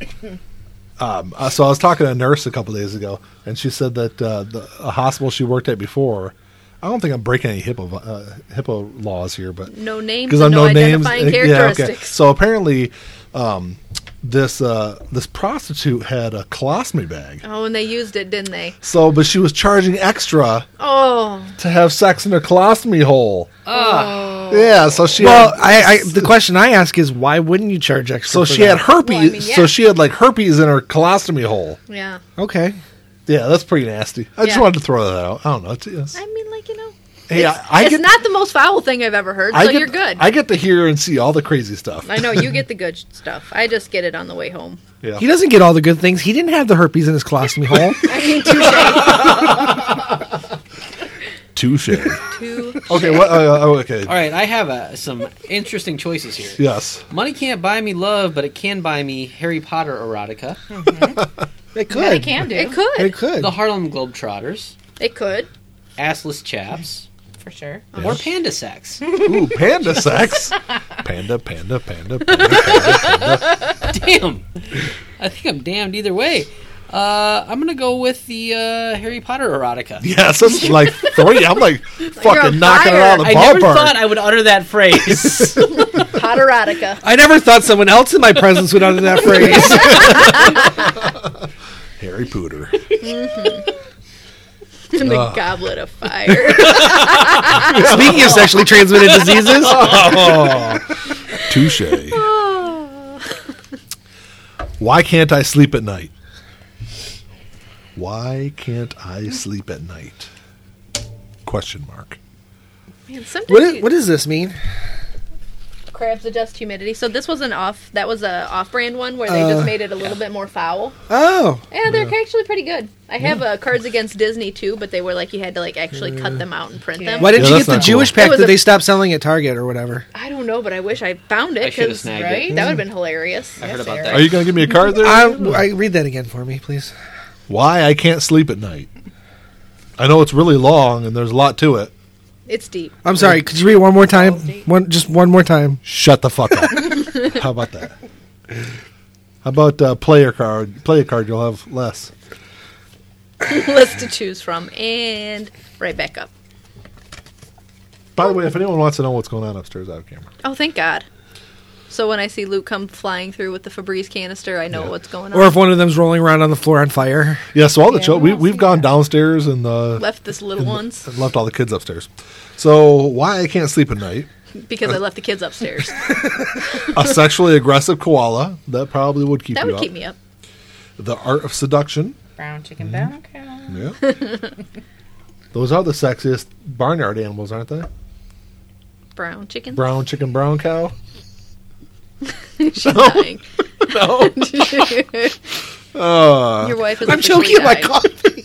[SPEAKER 1] um, uh, so I was talking to a nurse a couple days ago, and she said that uh, the a hospital she worked at before. I don't think I'm breaking any HIPAA vi- uh, HIPAA laws here, but
[SPEAKER 3] No names,
[SPEAKER 1] because I'm
[SPEAKER 3] no,
[SPEAKER 1] no names.
[SPEAKER 3] identifying
[SPEAKER 1] uh, yeah, okay.
[SPEAKER 3] characteristics.
[SPEAKER 1] So apparently, um, this uh, this prostitute had a colostomy bag.
[SPEAKER 3] Oh, and they used it, didn't they?
[SPEAKER 1] So, but she was charging extra
[SPEAKER 3] Oh,
[SPEAKER 1] to have sex in her colostomy hole.
[SPEAKER 3] oh.
[SPEAKER 1] Yeah, so she
[SPEAKER 2] Well,
[SPEAKER 1] had,
[SPEAKER 2] I, I the question I ask is why wouldn't you charge extra?
[SPEAKER 1] so
[SPEAKER 2] for
[SPEAKER 1] she
[SPEAKER 2] that?
[SPEAKER 1] had herpes.
[SPEAKER 3] Well, I mean, yeah.
[SPEAKER 1] So she had like herpes in her colostomy hole.
[SPEAKER 3] yeah.
[SPEAKER 2] okay.
[SPEAKER 1] Yeah, that's pretty nasty. I just
[SPEAKER 3] Yeah.
[SPEAKER 1] wanted to throw that out. I don't know. It's, it's,
[SPEAKER 3] I mean, like you know,
[SPEAKER 1] hey,
[SPEAKER 3] it's,
[SPEAKER 1] I, I
[SPEAKER 3] it's
[SPEAKER 1] get,
[SPEAKER 3] not the most foul thing I've ever heard. So
[SPEAKER 1] I get,
[SPEAKER 3] you're good.
[SPEAKER 1] I
[SPEAKER 3] I,
[SPEAKER 1] get to hear and see all the crazy stuff.
[SPEAKER 3] know you get the good stuff. I just get it on the way home.
[SPEAKER 1] Yeah.
[SPEAKER 2] He doesn't get all the good things. He didn't have the herpes in his colostomy hole.
[SPEAKER 3] I mean, touche,
[SPEAKER 1] Touche. okay.
[SPEAKER 3] too.
[SPEAKER 1] What? Uh, oh, okay.
[SPEAKER 5] All right, I have uh, some interesting choices here.
[SPEAKER 1] Yes.
[SPEAKER 5] Money can't buy me love, but it can buy me Harry Potter erotica,
[SPEAKER 2] It could.
[SPEAKER 4] Yeah, they can do.
[SPEAKER 3] It could.
[SPEAKER 2] It could.
[SPEAKER 5] the Harlem Globetrotters,
[SPEAKER 3] It could.
[SPEAKER 5] assless chaps,
[SPEAKER 4] For sure.
[SPEAKER 5] or panda sex.
[SPEAKER 1] Ooh, panda sex. Panda, panda, panda, panda, panda, panda.
[SPEAKER 5] Damn, I think I'm damned either way. Uh, I'm gonna go with the uh, Harry Potter erotica.
[SPEAKER 1] Yes, that's like three. I'm like fucking knocking it
[SPEAKER 3] fire.
[SPEAKER 1] out of the
[SPEAKER 5] I never thought
[SPEAKER 1] ballpark.
[SPEAKER 5] I would utter that phrase.
[SPEAKER 3] Hot erotica.
[SPEAKER 2] I never thought someone else in my presence would utter that phrase.
[SPEAKER 1] Harry Pooter.
[SPEAKER 3] In the goblet of fire.
[SPEAKER 2] Speaking of sexually transmitted diseases,
[SPEAKER 1] Touche. Why can't I sleep at night? Why can't I sleep at night? Question mark.
[SPEAKER 3] Man, sometimes
[SPEAKER 2] what, i-
[SPEAKER 3] you-
[SPEAKER 2] what does this mean?
[SPEAKER 3] crabs adjust humidity. So this was an off. That was a off-brand one where they just made it a little bit more foul.
[SPEAKER 2] Oh,
[SPEAKER 3] Yeah, they're actually pretty good. I have uh, Cards Against Disney too, but they were like you had to like actually cut them out and print them.
[SPEAKER 2] why didn't
[SPEAKER 1] Yeah,
[SPEAKER 2] you
[SPEAKER 1] that's
[SPEAKER 2] get the
[SPEAKER 1] not cool.
[SPEAKER 2] Jewish
[SPEAKER 3] It
[SPEAKER 2] pack
[SPEAKER 3] was
[SPEAKER 2] that
[SPEAKER 3] a-
[SPEAKER 2] they stopped selling at Target or whatever?
[SPEAKER 3] I don't know, but I wish I found it.
[SPEAKER 5] I shoulda
[SPEAKER 3] 'cause-
[SPEAKER 5] snagged
[SPEAKER 4] it.
[SPEAKER 3] right? That would have been hilarious.
[SPEAKER 5] I heard
[SPEAKER 4] Yes,
[SPEAKER 5] about
[SPEAKER 4] Eric.
[SPEAKER 5] that.
[SPEAKER 1] Are you going to give me a card there?
[SPEAKER 2] I, I read that again for me, please.
[SPEAKER 1] Why I can't sleep at night? I know it's really long and there's a lot to it.
[SPEAKER 3] It's deep.
[SPEAKER 2] I'm sorry. Could you read it one more time? One, just one more time.
[SPEAKER 1] Shut the fuck up. How about that? How about uh, player card? Play a card, you'll have less.
[SPEAKER 3] List to choose from, and right back up.
[SPEAKER 1] By the way, if anyone wants to know what's going on upstairs out of camera,
[SPEAKER 3] Oh, thank God. So when I see Luke come flying through with the Febreze canister, I know
[SPEAKER 1] Yeah.
[SPEAKER 3] what's going on.
[SPEAKER 2] Or if one of them's rolling around on the floor on fire.
[SPEAKER 1] yeah. So all the
[SPEAKER 4] Yeah,
[SPEAKER 1] children, we,
[SPEAKER 4] I'll
[SPEAKER 1] we've
[SPEAKER 4] see
[SPEAKER 1] gone
[SPEAKER 4] that.
[SPEAKER 1] downstairs and uh,
[SPEAKER 3] left this little ones
[SPEAKER 1] and left all the kids upstairs. So why I can't sleep at night?
[SPEAKER 3] because I left the kids upstairs.
[SPEAKER 1] A sexually aggressive koala that probably would keep
[SPEAKER 3] that
[SPEAKER 1] you
[SPEAKER 3] would
[SPEAKER 1] up.
[SPEAKER 3] keep me up.
[SPEAKER 1] The art of seduction.
[SPEAKER 4] Brown chicken,
[SPEAKER 1] Mm-hmm.
[SPEAKER 4] brown cow.
[SPEAKER 1] Yeah. Those are the sexiest barnyard animals, aren't they?
[SPEAKER 3] Brown chicken.
[SPEAKER 1] Brown chicken, brown cow.
[SPEAKER 3] She's dying.
[SPEAKER 1] No.
[SPEAKER 3] Your wife is.
[SPEAKER 2] I'm choking on my coffee.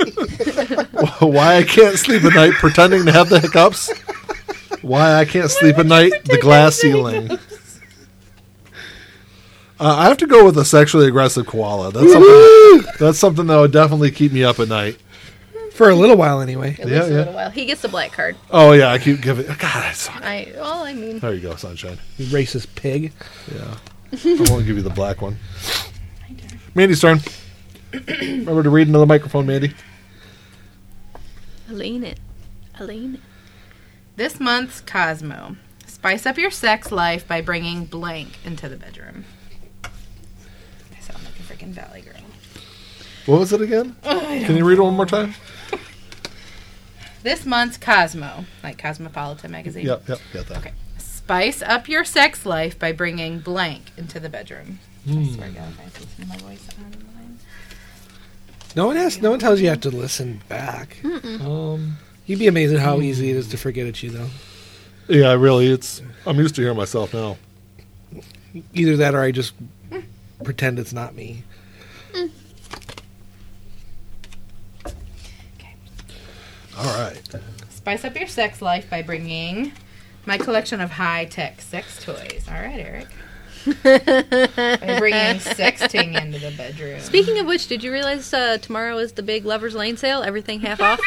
[SPEAKER 1] Why I can't sleep at night pretending to have the hiccups. Why I can't sleep at night the glass ceiling. Uh, I have to go with a sexually aggressive koala. That's something, that's something that would definitely keep me up at night.
[SPEAKER 2] For a little while, anyway.
[SPEAKER 3] At
[SPEAKER 1] Yeah,
[SPEAKER 3] least a
[SPEAKER 1] yeah.
[SPEAKER 3] little while. He gets the black card.
[SPEAKER 1] Oh yeah, I keep giving. God, I suck.
[SPEAKER 3] I. Well, I mean,
[SPEAKER 1] There you go, sunshine.
[SPEAKER 2] You racist pig.
[SPEAKER 1] Yeah, I won't give you the black one. Mandy's turn. Remember to read another microphone, Mandy.
[SPEAKER 3] I lean it. I lean it.
[SPEAKER 4] This month's Cosmo. Spice up your sex life by bringing blank into the bedroom. I sound like a freaking valley girl.
[SPEAKER 1] What was it again?
[SPEAKER 4] Oh,
[SPEAKER 1] Can you read it one more time?
[SPEAKER 4] This month's Cosmo, like Cosmopolitan magazine.
[SPEAKER 1] Yep, yep, got that.
[SPEAKER 4] Okay. Spice up your sex life by bringing blank into the bedroom.
[SPEAKER 1] Hmm.
[SPEAKER 4] I swear to God, if I have to listen to my voice online.
[SPEAKER 2] No one has. No one tells you you have to listen back. Um, you'd be amazed at how easy it is to forget at you, though.
[SPEAKER 1] Yeah, really. It's I'm used to hearing myself now.
[SPEAKER 2] Either that, or I just pretend it's not me.
[SPEAKER 1] All right.
[SPEAKER 4] Spice up your sex life by bringing my collection of high tech sex toys. All right, Eric. by bringing sexting into the bedroom.
[SPEAKER 3] Speaking of which, did you realize uh, tomorrow is the big Lovers Lane sale? Everything half off.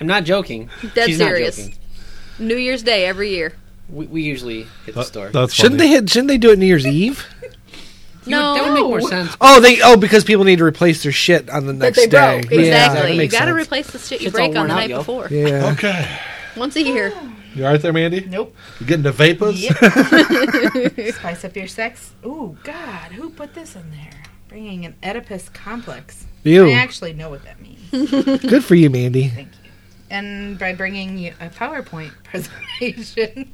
[SPEAKER 5] I'm not joking.
[SPEAKER 3] Dead
[SPEAKER 5] She's
[SPEAKER 3] serious.
[SPEAKER 5] Not joking.
[SPEAKER 3] New Year's Day every year.
[SPEAKER 5] We, we usually hit the
[SPEAKER 1] That-
[SPEAKER 5] store.
[SPEAKER 1] that's
[SPEAKER 2] Shouldn't they?
[SPEAKER 1] funny.
[SPEAKER 2] hit- Shouldn't they do it New Year's Eve?
[SPEAKER 5] You would- that would make more sense.
[SPEAKER 2] Oh, they. Oh, because people need to replace their shit on the
[SPEAKER 3] That
[SPEAKER 2] next
[SPEAKER 3] they
[SPEAKER 2] day.
[SPEAKER 3] broke.
[SPEAKER 2] Yeah,
[SPEAKER 3] Exactly.
[SPEAKER 2] that
[SPEAKER 3] you
[SPEAKER 2] makes
[SPEAKER 3] got to
[SPEAKER 2] sense.
[SPEAKER 3] replace the shit you
[SPEAKER 5] Shit's all
[SPEAKER 3] break on
[SPEAKER 5] worn
[SPEAKER 3] the
[SPEAKER 5] out,
[SPEAKER 3] night
[SPEAKER 5] yo.
[SPEAKER 3] before.
[SPEAKER 2] Yeah.
[SPEAKER 1] Okay.
[SPEAKER 3] Once a year.
[SPEAKER 1] You all right there, Mandy?
[SPEAKER 4] Nope.
[SPEAKER 1] You getting the vapors?
[SPEAKER 4] Yep. Spice up your sex. Ooh, God, who put this in there? Bringing an Oedipus complex.
[SPEAKER 2] Ew.
[SPEAKER 4] I actually know what that means.
[SPEAKER 2] Good for you, Mandy.
[SPEAKER 4] Thank you. And by bringing you a PowerPoint presentation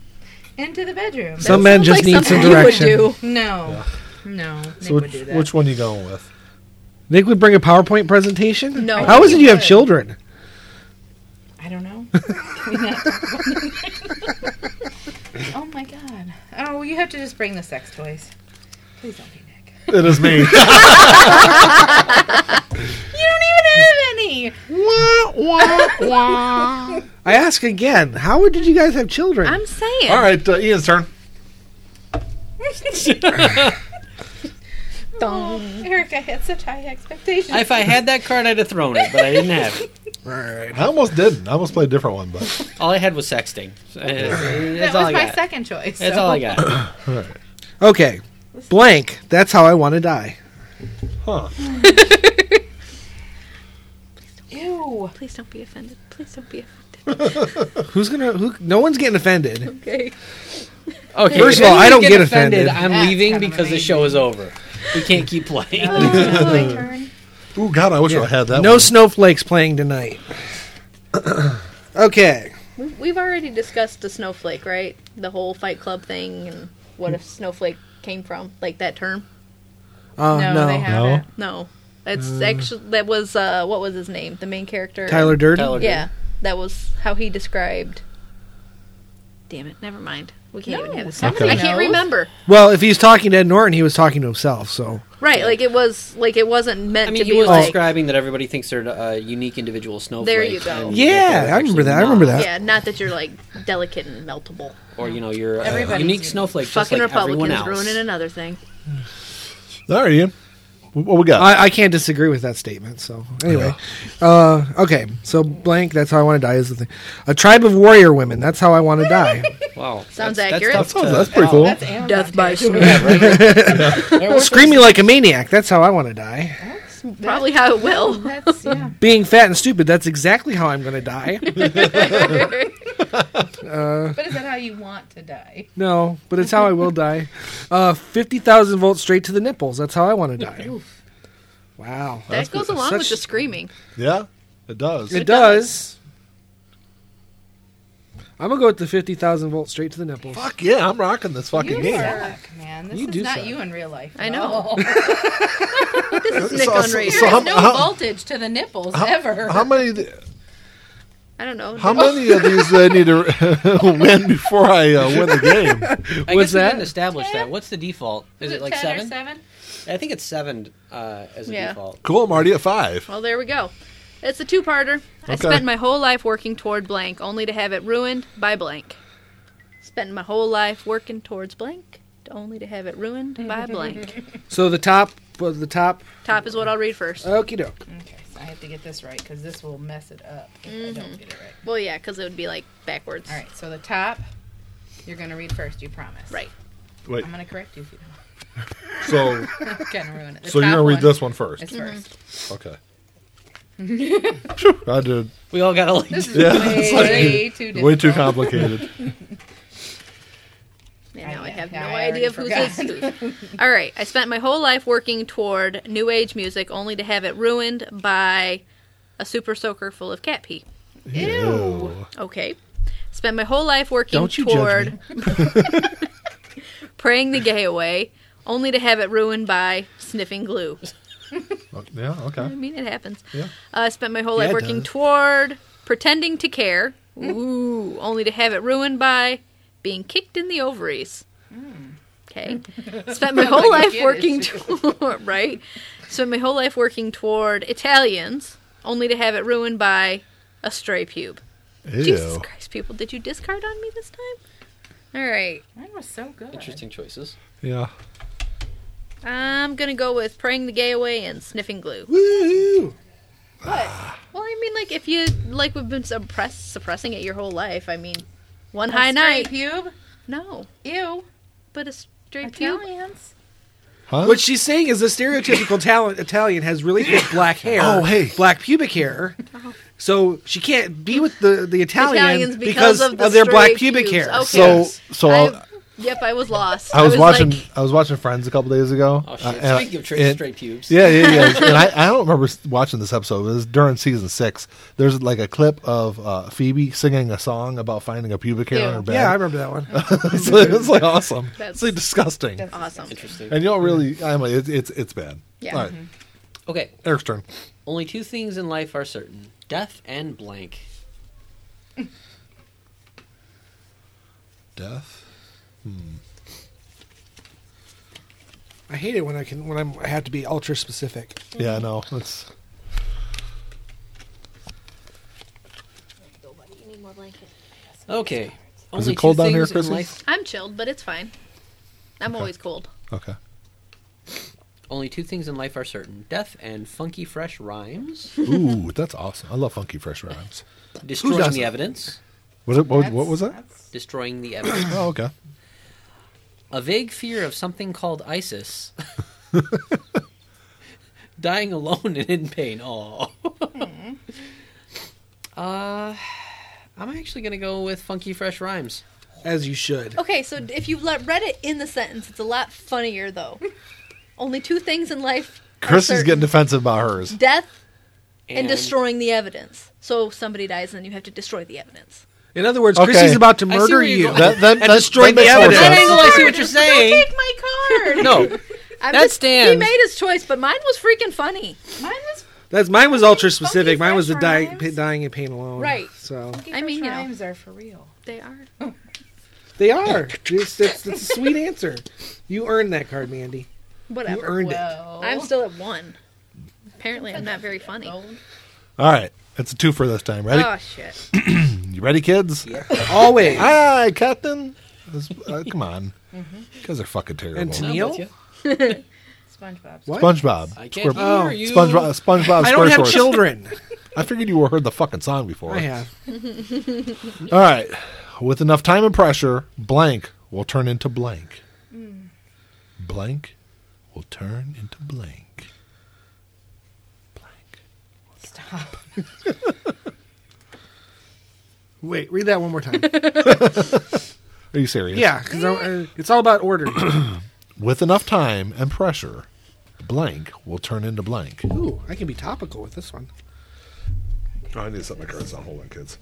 [SPEAKER 4] into the bedroom.
[SPEAKER 2] Some
[SPEAKER 3] That
[SPEAKER 2] men
[SPEAKER 3] sounds
[SPEAKER 2] just
[SPEAKER 3] like
[SPEAKER 2] need some
[SPEAKER 3] something you would
[SPEAKER 2] direction.
[SPEAKER 3] do.
[SPEAKER 4] no, no, Nick
[SPEAKER 1] So
[SPEAKER 4] would
[SPEAKER 1] which,
[SPEAKER 4] do that.
[SPEAKER 1] which one you going with?
[SPEAKER 2] Nick would bring a PowerPoint presentation?
[SPEAKER 3] No.
[SPEAKER 2] How is it you have
[SPEAKER 4] Would.
[SPEAKER 2] children?
[SPEAKER 4] I don't know. Can we not talk about it? oh my God. Oh, you have to just bring the sex toys. Please don't be Nick.
[SPEAKER 1] It is me.
[SPEAKER 4] You don't even have any.
[SPEAKER 2] Wah, wah, wah. I ask again, how did you guys have children?
[SPEAKER 3] I'm saying.
[SPEAKER 1] all right, uh, Ian's turn.
[SPEAKER 3] Dong.
[SPEAKER 4] Oh, Eric, I had such high expectations.
[SPEAKER 5] If I had that card, I'd have thrown it, but I didn't have it.
[SPEAKER 2] All right.
[SPEAKER 1] I almost didn't. I almost played a different one, but
[SPEAKER 5] All I had was sexting. So, uh, That's
[SPEAKER 4] that
[SPEAKER 5] all
[SPEAKER 4] was
[SPEAKER 5] I
[SPEAKER 4] my
[SPEAKER 5] got.
[SPEAKER 4] second choice.
[SPEAKER 5] That's
[SPEAKER 4] so-
[SPEAKER 5] all I got.
[SPEAKER 2] Okay. Blank. That's how I want to die.
[SPEAKER 1] huh?
[SPEAKER 4] Ew.
[SPEAKER 3] Please don't be offended. Please don't be offended.
[SPEAKER 2] Who's gonna? Who? No one's getting offended.
[SPEAKER 3] Okay.
[SPEAKER 5] Okay.
[SPEAKER 2] First
[SPEAKER 5] if
[SPEAKER 2] of all, I
[SPEAKER 5] you
[SPEAKER 2] don't get offended.
[SPEAKER 5] I'm
[SPEAKER 4] That's
[SPEAKER 5] leaving
[SPEAKER 4] kinda
[SPEAKER 5] because the
[SPEAKER 4] amazing.
[SPEAKER 5] show is over. We can't keep playing.
[SPEAKER 4] my turn.
[SPEAKER 1] Oh God, I wish I had that.
[SPEAKER 2] no
[SPEAKER 1] one.
[SPEAKER 2] snowflakes playing tonight. okay.
[SPEAKER 3] We've, we've already discussed the snowflake, right? The whole Fight Club thing and what if snowflake came from, like that term.
[SPEAKER 2] Oh
[SPEAKER 4] no,
[SPEAKER 2] no.
[SPEAKER 4] they haven't.
[SPEAKER 3] No, that's actually that was uh, what was his name? The main character,
[SPEAKER 2] Mm. Tyler Durden.
[SPEAKER 5] Tyler-
[SPEAKER 3] Yeah, that was how he described. Damn it! Never mind. We can't even have this.
[SPEAKER 1] somebody
[SPEAKER 3] I can't
[SPEAKER 4] knows.
[SPEAKER 3] remember.
[SPEAKER 2] Well, if he's talking to Ed Norton, he was talking to himself. So
[SPEAKER 3] Right? Like it was like it wasn't meant to
[SPEAKER 5] I mean, he
[SPEAKER 3] be
[SPEAKER 5] was
[SPEAKER 3] like.
[SPEAKER 5] describing that everybody thinks they're a unique individual snowflake.
[SPEAKER 3] There you go.
[SPEAKER 5] and
[SPEAKER 2] Yeah,
[SPEAKER 5] they're
[SPEAKER 2] I remember
[SPEAKER 5] actually
[SPEAKER 2] that, I remember
[SPEAKER 5] not.
[SPEAKER 2] that.
[SPEAKER 3] Yeah, not that you're like delicate and meltable.
[SPEAKER 5] Or you know, you're a
[SPEAKER 4] Everybody's
[SPEAKER 5] unique
[SPEAKER 4] unique.
[SPEAKER 5] snowflake, just
[SPEAKER 3] Fucking
[SPEAKER 5] like everyone
[SPEAKER 3] Republicans
[SPEAKER 5] else.
[SPEAKER 3] ruining another thing.
[SPEAKER 1] All right, Ian. What we got?
[SPEAKER 2] I, I can't disagree with that statement. So anyway, uh, okay. So blank. That's how I want to die is the thing. A tribe of warrior women. That's how I want to die.
[SPEAKER 5] Wow,
[SPEAKER 3] Sounds
[SPEAKER 5] that's,
[SPEAKER 3] accurate.
[SPEAKER 5] That's, tough
[SPEAKER 1] Oh,
[SPEAKER 5] to-
[SPEAKER 1] that's pretty cool.
[SPEAKER 4] That's Amazon
[SPEAKER 3] Death by
[SPEAKER 4] territory.
[SPEAKER 2] Screaming like a maniac. That's how I want to die.
[SPEAKER 3] Probably how it will.
[SPEAKER 4] That's yeah.
[SPEAKER 2] Being fat and stupid. That's exactly how I'm going to die.
[SPEAKER 4] But is that how you want to die?
[SPEAKER 2] No, but it's how I will die. Uh, Fifty thousand volts straight to the nipples. That's how I want to die. wow, That's
[SPEAKER 3] That goes along with
[SPEAKER 2] such-
[SPEAKER 3] the screaming.
[SPEAKER 1] yeah, it does.
[SPEAKER 2] It does. I'm gonna go with the fifty thousand volts straight to the nipples.
[SPEAKER 1] Fuck yeah, I'm rocking this fucking
[SPEAKER 4] You
[SPEAKER 1] game.
[SPEAKER 4] suck, man. This
[SPEAKER 2] You
[SPEAKER 4] is
[SPEAKER 2] do
[SPEAKER 4] not
[SPEAKER 2] suck.
[SPEAKER 4] you in real life.
[SPEAKER 3] I
[SPEAKER 4] at
[SPEAKER 3] know.
[SPEAKER 4] all.
[SPEAKER 3] This is Nick
[SPEAKER 1] So-
[SPEAKER 3] on
[SPEAKER 1] so-
[SPEAKER 3] radio.
[SPEAKER 1] so
[SPEAKER 4] There's
[SPEAKER 1] how-
[SPEAKER 4] no
[SPEAKER 1] how-
[SPEAKER 4] voltage to the nipples
[SPEAKER 1] How,
[SPEAKER 4] ever.
[SPEAKER 1] how many? th-
[SPEAKER 3] I don't know.
[SPEAKER 1] How many of these do I need to win before I uh, win the game?
[SPEAKER 5] I
[SPEAKER 2] What's
[SPEAKER 5] guess we
[SPEAKER 2] that?
[SPEAKER 5] didn't establish that. What's the default? Is it like
[SPEAKER 4] 10 or
[SPEAKER 5] seven?
[SPEAKER 4] seven?
[SPEAKER 5] I think it's seven uh, as a
[SPEAKER 3] Yeah.
[SPEAKER 5] default.
[SPEAKER 1] Cool, I'm already at five.
[SPEAKER 3] Well, there we go. It's a two-parter. I
[SPEAKER 1] Okay.
[SPEAKER 3] spent my whole life working toward blank, only to have it ruined by blank. Spent my whole life working towards blank, only to have it ruined by blank.
[SPEAKER 2] So the top was the top.
[SPEAKER 3] Top is what I'll read first.
[SPEAKER 2] Okie doke.
[SPEAKER 4] Okay, so I have to get this right because this will mess it up if I
[SPEAKER 3] Mm-hmm.
[SPEAKER 4] don't get it right.
[SPEAKER 3] Well, yeah, because it would be like backwards.
[SPEAKER 4] All right, so the top, you're going to read first, you promise.
[SPEAKER 3] Right.
[SPEAKER 1] Wait,
[SPEAKER 4] I'm going to correct you if you
[SPEAKER 1] so
[SPEAKER 4] don't. kind of ruin it. The
[SPEAKER 1] so you're
[SPEAKER 4] top
[SPEAKER 1] gonna read
[SPEAKER 4] one
[SPEAKER 1] this one first?
[SPEAKER 4] is
[SPEAKER 3] Mm-hmm.
[SPEAKER 4] first.
[SPEAKER 1] Okay. Phew, I did
[SPEAKER 5] We all got to like.
[SPEAKER 4] This is
[SPEAKER 1] Yeah, it's
[SPEAKER 4] way,
[SPEAKER 1] like-
[SPEAKER 4] too difficult.
[SPEAKER 1] way too complicated.
[SPEAKER 3] And now I,
[SPEAKER 4] I-
[SPEAKER 3] have
[SPEAKER 4] yeah,
[SPEAKER 3] no
[SPEAKER 4] I
[SPEAKER 3] idea of
[SPEAKER 4] already
[SPEAKER 3] who's is whose. All right. I spent my whole life working toward new age music, only to have it ruined by a super soaker full of cat pee.
[SPEAKER 4] Ew.
[SPEAKER 3] Okay. Spent my whole life working
[SPEAKER 2] Don't you judge
[SPEAKER 3] toward praying the gay away, only to have it ruined by sniffing glue.
[SPEAKER 1] Oh, Yeah.
[SPEAKER 3] I
[SPEAKER 1] Okay.
[SPEAKER 3] mean, it happens.
[SPEAKER 1] Yeah.
[SPEAKER 3] Uh, spent my whole
[SPEAKER 2] Yeah,
[SPEAKER 3] life
[SPEAKER 2] it
[SPEAKER 3] working
[SPEAKER 2] does.
[SPEAKER 3] toward pretending to care, ooh, only to have it ruined by being kicked in the ovaries. Okay.
[SPEAKER 2] Hmm.
[SPEAKER 3] Spent my whole
[SPEAKER 4] Like a
[SPEAKER 3] life
[SPEAKER 4] kid
[SPEAKER 3] working
[SPEAKER 4] is.
[SPEAKER 3] toward right. Spent my whole life working toward Italians, only to have it ruined by a stray pube. Jesus
[SPEAKER 1] Ew.
[SPEAKER 3] Christ, people, did you discard on me this time? All right.
[SPEAKER 4] Mine was so good.
[SPEAKER 5] Interesting choices.
[SPEAKER 1] Yeah.
[SPEAKER 3] I'm going to go with praying the gay away and sniffing glue.
[SPEAKER 2] Woo!
[SPEAKER 3] Well, I mean, like, if you, like, we've been suppress- suppressing it your whole life, I mean, one
[SPEAKER 4] A
[SPEAKER 3] high night.
[SPEAKER 4] straight pube.
[SPEAKER 3] no,
[SPEAKER 4] Ew.
[SPEAKER 3] but a straight pube.
[SPEAKER 4] Italians.
[SPEAKER 1] Huh?
[SPEAKER 2] What she's saying is the stereotypical talent Italian has really thick black hair,
[SPEAKER 1] Oh, hey.
[SPEAKER 2] black pubic hair. So she can't be with the, the Italian
[SPEAKER 3] Italians
[SPEAKER 2] because, of,
[SPEAKER 3] the
[SPEAKER 2] their black
[SPEAKER 3] straight
[SPEAKER 2] pubic
[SPEAKER 3] pubes.
[SPEAKER 2] hair.
[SPEAKER 1] So
[SPEAKER 3] Okay.
[SPEAKER 1] so I'll-
[SPEAKER 3] I- yep, I was lost.
[SPEAKER 1] I was, watching.
[SPEAKER 3] like-
[SPEAKER 1] I was watching Friends a couple days ago.
[SPEAKER 5] Oh, shit.
[SPEAKER 1] uh, and-
[SPEAKER 5] Speaking of tra-
[SPEAKER 1] and-
[SPEAKER 5] straight pubes.
[SPEAKER 1] Yeah, yeah, yeah. and I, I don't remember s- watching this episode. It was during season six. There's like a clip of uh, Phoebe singing a song about finding a pubic hair on
[SPEAKER 3] Ew.
[SPEAKER 1] her bed.
[SPEAKER 2] Yeah, I remember that one.
[SPEAKER 1] it's, like, it's like awesome.
[SPEAKER 3] That's-
[SPEAKER 1] it's like disgusting.
[SPEAKER 4] That's-
[SPEAKER 3] awesome.
[SPEAKER 5] Interesting.
[SPEAKER 1] And you don't really. I'm like, it's it's it's bad.
[SPEAKER 3] Yeah.
[SPEAKER 1] All right,
[SPEAKER 2] Mm-hmm.
[SPEAKER 5] Okay.
[SPEAKER 1] Eric's turn.
[SPEAKER 5] Only two things in life are certain death and blank.
[SPEAKER 1] Death.
[SPEAKER 2] I hate it when I can when I'm, I have to be ultra specific.
[SPEAKER 1] Yeah, no, that's
[SPEAKER 5] Okay.
[SPEAKER 1] Is
[SPEAKER 5] Only
[SPEAKER 1] it cold
[SPEAKER 5] two
[SPEAKER 1] down here,
[SPEAKER 5] things
[SPEAKER 1] Chrissy?
[SPEAKER 5] in life-
[SPEAKER 3] I'm chilled, but it's fine. I'm always cold.
[SPEAKER 1] okay.
[SPEAKER 5] Only two things in life are certain death and funky fresh rhymes.
[SPEAKER 1] Ooh, that's awesome. I love funky fresh rhymes.
[SPEAKER 5] Destroying
[SPEAKER 1] doesn't?
[SPEAKER 5] the evidence.
[SPEAKER 1] What it- what, what was that?
[SPEAKER 4] That's-
[SPEAKER 5] Destroying the evidence.
[SPEAKER 1] Oh, okay.
[SPEAKER 5] A vague fear of something called ISIS. Dying alone and in pain. Oh.
[SPEAKER 1] Hmm.
[SPEAKER 5] uh, I'm actually going to go with funky fresh rhymes.
[SPEAKER 2] As you should.
[SPEAKER 3] Okay, so if you let, read it in the sentence, it's a lot funnier though. Only two things in life. are
[SPEAKER 1] Chrissy's
[SPEAKER 3] certain.
[SPEAKER 1] getting defensive about hers.
[SPEAKER 3] death and, destroying the evidence. So somebody dies, and then you have to destroy the evidence.
[SPEAKER 2] In other words,
[SPEAKER 1] Okay.
[SPEAKER 2] Chrissy's about to
[SPEAKER 5] I see
[SPEAKER 2] murder
[SPEAKER 5] where you're
[SPEAKER 2] you.
[SPEAKER 5] going.
[SPEAKER 1] That that, that
[SPEAKER 2] destroyed
[SPEAKER 1] that
[SPEAKER 2] the
[SPEAKER 1] makes more
[SPEAKER 2] evidence.
[SPEAKER 1] sense.
[SPEAKER 5] That angle, I see what you're saying.
[SPEAKER 3] Take my card.
[SPEAKER 5] No.
[SPEAKER 3] I'm
[SPEAKER 5] That
[SPEAKER 3] just- He
[SPEAKER 5] stands.
[SPEAKER 3] made his choice, but mine was freaking funny.
[SPEAKER 4] Mine was
[SPEAKER 2] That's mine was ultra specific. Mine was the
[SPEAKER 4] fresh
[SPEAKER 2] dying,
[SPEAKER 4] rhymes.
[SPEAKER 2] dying in pain alone.
[SPEAKER 3] Right.
[SPEAKER 2] So
[SPEAKER 3] I mean, you know.
[SPEAKER 4] rhymes are for real.
[SPEAKER 3] They are.
[SPEAKER 2] they are. It's, it's, it's a sweet answer. You earned that card, Mandy.
[SPEAKER 3] Whatever.
[SPEAKER 2] You earned it.
[SPEAKER 3] I'm still at one. Apparently, I'm not very funny.
[SPEAKER 1] All right, it's a two for this time. Ready?
[SPEAKER 2] Uh,
[SPEAKER 3] Oh shit!
[SPEAKER 1] You ready, kids?
[SPEAKER 2] Always.
[SPEAKER 1] Aye, Captain. This- uh, come on. You guys are fucking terrible.
[SPEAKER 2] And
[SPEAKER 5] I'm
[SPEAKER 2] Neil?
[SPEAKER 5] with you.
[SPEAKER 4] SpongeBob.
[SPEAKER 2] What?
[SPEAKER 1] SpongeBob.
[SPEAKER 5] I can't
[SPEAKER 1] Square-
[SPEAKER 5] hear you.
[SPEAKER 1] SpongeBob, uh, SpongeBob
[SPEAKER 2] Oh. I don't have
[SPEAKER 1] SquareSorts.
[SPEAKER 2] children.
[SPEAKER 1] I figured you heard the fucking song before.
[SPEAKER 2] I have.
[SPEAKER 1] All right. With enough time and pressure, blank will turn into blank.
[SPEAKER 2] Mm.
[SPEAKER 1] Blank will turn into blank. Blank.
[SPEAKER 4] Stop.
[SPEAKER 2] Wait, read that one more time.
[SPEAKER 1] Are you serious?
[SPEAKER 2] yeah, because uh, it's all about order.
[SPEAKER 1] With enough time and pressure, blank will turn into blank.
[SPEAKER 2] Ooh, I can be topical with this one.
[SPEAKER 1] Oh, I need to set my cards down. Hold on, kids.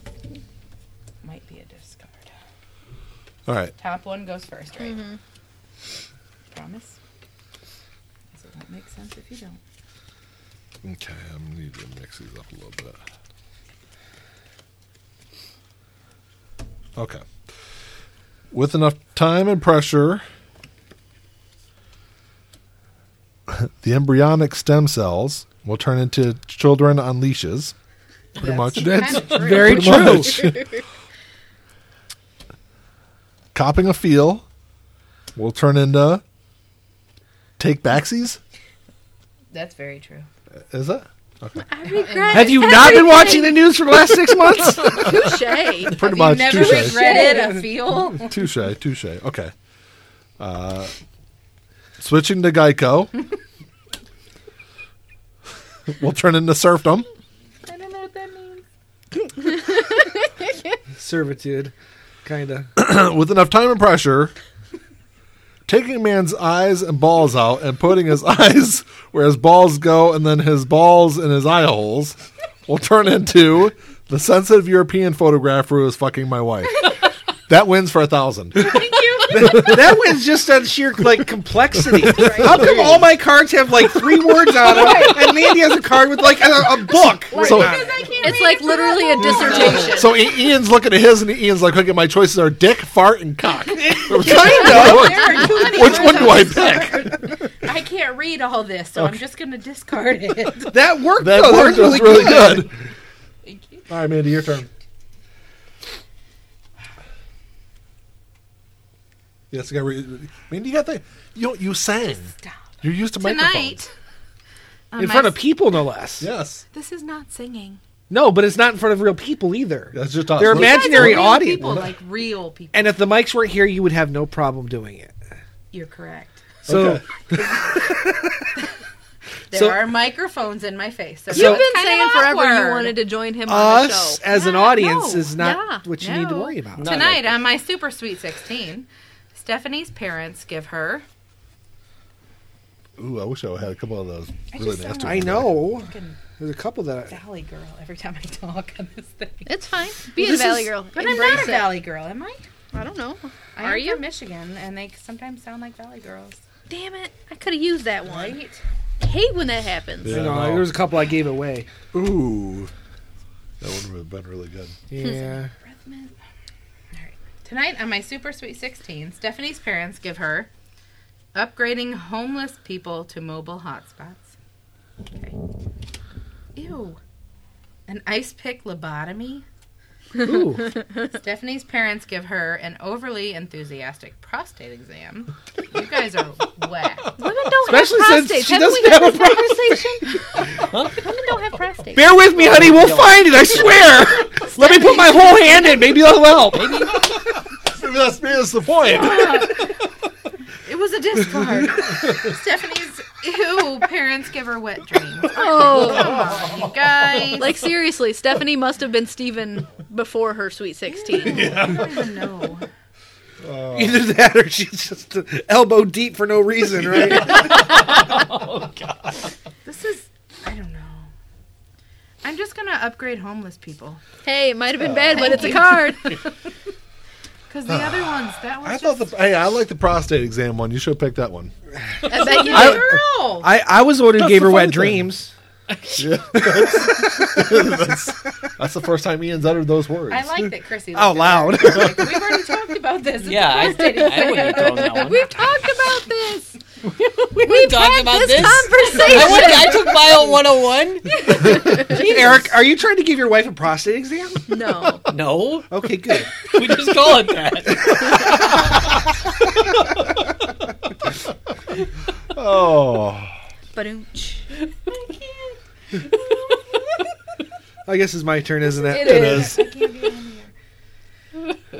[SPEAKER 4] Might be a discard.
[SPEAKER 1] All right.
[SPEAKER 4] Top one goes first, right? Promise. Does it not make sense if you don't?
[SPEAKER 1] Okay, I'm gonna need to mix these up a little bit. Okay. With enough time and pressure, the embryonic stem cells will turn into children on leashes. Pretty much.
[SPEAKER 2] That's
[SPEAKER 4] Kinda true.
[SPEAKER 2] very
[SPEAKER 1] Pretty
[SPEAKER 2] true.
[SPEAKER 1] much. Copping a feel will turn into take backsies.
[SPEAKER 4] That's very true.
[SPEAKER 1] Is it?
[SPEAKER 3] I regret.
[SPEAKER 2] Have you not been watching the news for the last six months?
[SPEAKER 3] Touche.
[SPEAKER 1] Pretty
[SPEAKER 4] you
[SPEAKER 1] much.
[SPEAKER 4] never
[SPEAKER 1] touche.
[SPEAKER 4] regretted a feel.
[SPEAKER 1] Touche, touche. Okay. Uh, switching to Geico will turn into serfdom.
[SPEAKER 4] I don't know what that means.
[SPEAKER 2] Servitude, kind of.
[SPEAKER 1] With enough time and pressure, taking a man's eyes and balls out and putting his eyes where his balls go and then his balls in his eye holes will turn into the sensitive European photographer who is fucking my wife. That wins for a thousand.
[SPEAKER 2] that wins just on sheer like complexity. How come all my cards have like three words on them, and Mandy has a card with like a, a book?
[SPEAKER 1] So-
[SPEAKER 2] on it?
[SPEAKER 3] It's like literally a dissertation.
[SPEAKER 1] So I- Ian's looking at his, and Ian's like, "Okay, my choices are dick, fart, and cock."
[SPEAKER 4] There
[SPEAKER 1] kind
[SPEAKER 4] are too many
[SPEAKER 1] Which one
[SPEAKER 4] words
[SPEAKER 1] do
[SPEAKER 4] on
[SPEAKER 1] I
[SPEAKER 4] this
[SPEAKER 1] pick?
[SPEAKER 4] card. I can't read all this, so I'm just going to discard it.
[SPEAKER 2] that worked.
[SPEAKER 1] That
[SPEAKER 2] though.
[SPEAKER 1] worked. That was really good.
[SPEAKER 4] Thank you.
[SPEAKER 1] All right, Mandy, your turn. Yes, you got. Re- Mandy, you got the. You you sang.
[SPEAKER 4] Stop.
[SPEAKER 1] You're used to microphones.
[SPEAKER 4] Tonight. um,
[SPEAKER 2] in front of people, no less.
[SPEAKER 1] Yes,
[SPEAKER 4] This is not singing.
[SPEAKER 2] No, but it's not in front of real people either.
[SPEAKER 1] that's just us.
[SPEAKER 2] They're
[SPEAKER 1] Look-
[SPEAKER 2] imagine- Imaginary
[SPEAKER 4] real
[SPEAKER 2] audience.
[SPEAKER 4] People, like real people.
[SPEAKER 2] And if the mics weren't here, you would have no problem doing it.
[SPEAKER 4] You're correct.
[SPEAKER 2] So
[SPEAKER 1] Okay.
[SPEAKER 4] There
[SPEAKER 2] So-
[SPEAKER 4] are microphones in my face. So
[SPEAKER 5] So-
[SPEAKER 4] it's
[SPEAKER 3] You've been
[SPEAKER 4] kind
[SPEAKER 3] saying
[SPEAKER 4] of
[SPEAKER 3] forever you
[SPEAKER 4] awkward.
[SPEAKER 3] wanted to join him on the
[SPEAKER 2] us
[SPEAKER 3] show.
[SPEAKER 2] as an
[SPEAKER 4] Yeah,
[SPEAKER 2] audience
[SPEAKER 4] no,
[SPEAKER 2] is not
[SPEAKER 3] yeah,
[SPEAKER 2] what you need to
[SPEAKER 4] no.
[SPEAKER 2] worry about.
[SPEAKER 5] No.
[SPEAKER 4] Tonight on my Super Sweet 16, Stephanie's parents give her.
[SPEAKER 1] Ooh, I wish I had a couple of those
[SPEAKER 4] I
[SPEAKER 1] really
[SPEAKER 4] just
[SPEAKER 1] nasty.
[SPEAKER 4] saw
[SPEAKER 1] ones.
[SPEAKER 2] I know.
[SPEAKER 4] Fucking
[SPEAKER 2] There's a couple that
[SPEAKER 4] Valley girl every time I talk on this thing.
[SPEAKER 3] It's fine. Be
[SPEAKER 4] Well,
[SPEAKER 3] a
[SPEAKER 4] this
[SPEAKER 3] valley
[SPEAKER 4] is-
[SPEAKER 3] girl.
[SPEAKER 4] But I'm
[SPEAKER 3] Embrace
[SPEAKER 4] not a
[SPEAKER 3] it.
[SPEAKER 4] valley girl, am I?
[SPEAKER 3] I don't know.
[SPEAKER 4] I
[SPEAKER 3] Are
[SPEAKER 4] am
[SPEAKER 3] you?
[SPEAKER 4] from Michigan, and they sometimes sound like valley girls.
[SPEAKER 3] Damn it! I could have used that one. I hate when that happens.
[SPEAKER 1] Yeah.
[SPEAKER 2] I
[SPEAKER 1] I
[SPEAKER 2] know.
[SPEAKER 1] know.
[SPEAKER 2] There's a couple I gave away.
[SPEAKER 1] Ooh, that would have been really good.
[SPEAKER 2] Yeah.
[SPEAKER 4] Rhythmic. All right. Tonight on my Super Sweet 16, Stephanie's parents give her upgrading homeless people to mobile hotspots. Okay. Ew. An ice pick lobotomy.
[SPEAKER 2] Ooh.
[SPEAKER 4] Stephanie's parents give her an overly enthusiastic prostate exam. You guys are whack.
[SPEAKER 3] Women don't
[SPEAKER 2] Especially
[SPEAKER 3] have prostates.
[SPEAKER 2] since she
[SPEAKER 3] Haven't we
[SPEAKER 2] doesn't
[SPEAKER 3] had
[SPEAKER 2] have
[SPEAKER 3] this
[SPEAKER 2] a
[SPEAKER 3] conversation? Women don't have prostates.
[SPEAKER 2] Bear with me, honey. We'll find it. I swear. Let me put my whole hand in. Maybe that'll help.
[SPEAKER 1] Maybe that's, maybe that's the point.
[SPEAKER 4] It was a discard. Stephanie's ew parents give her wet dreams.
[SPEAKER 3] oh,
[SPEAKER 4] Come on, you guys.
[SPEAKER 3] like seriously, Stephanie must have been Steven before her sweet sixteen.
[SPEAKER 4] I don't even know.
[SPEAKER 2] Either that or she's just elbow deep for no reason, right?
[SPEAKER 4] This is I don't know. I'm just gonna upgrade homeless people
[SPEAKER 3] Hey, it might have been bad, but it's a card.
[SPEAKER 4] because the other ones that was
[SPEAKER 1] I
[SPEAKER 4] just
[SPEAKER 1] thought the hey, I like the prostate exam one. You should have picked that one.
[SPEAKER 3] I bet you
[SPEAKER 4] I,
[SPEAKER 3] did.
[SPEAKER 4] girl.
[SPEAKER 2] I, I was the one who
[SPEAKER 1] That's
[SPEAKER 2] gave
[SPEAKER 1] the
[SPEAKER 2] her
[SPEAKER 1] fun
[SPEAKER 2] wet
[SPEAKER 1] thing.
[SPEAKER 2] dreams.
[SPEAKER 1] Yeah, that's, that's- that's the first time Ian's uttered those words.
[SPEAKER 4] I like that Chrissy.
[SPEAKER 2] Out
[SPEAKER 4] looked at
[SPEAKER 2] loud.
[SPEAKER 4] her and was like, We've already talked about this. It's
[SPEAKER 5] Yeah,
[SPEAKER 4] a
[SPEAKER 5] I,
[SPEAKER 4] prostate
[SPEAKER 5] I wouldn't have thrown that one.
[SPEAKER 3] We've talked about this.
[SPEAKER 6] We've,
[SPEAKER 3] Had
[SPEAKER 6] talked about
[SPEAKER 3] this,
[SPEAKER 6] this. I,
[SPEAKER 3] conversation.
[SPEAKER 6] went, I took Bio 101.
[SPEAKER 2] Eric, are you trying to give your wife a prostate exam?
[SPEAKER 3] No,
[SPEAKER 5] No,
[SPEAKER 2] Okay, good.
[SPEAKER 5] we just call it that.
[SPEAKER 1] oh,
[SPEAKER 3] but it
[SPEAKER 2] I guess it's my turn, isn't it?
[SPEAKER 1] it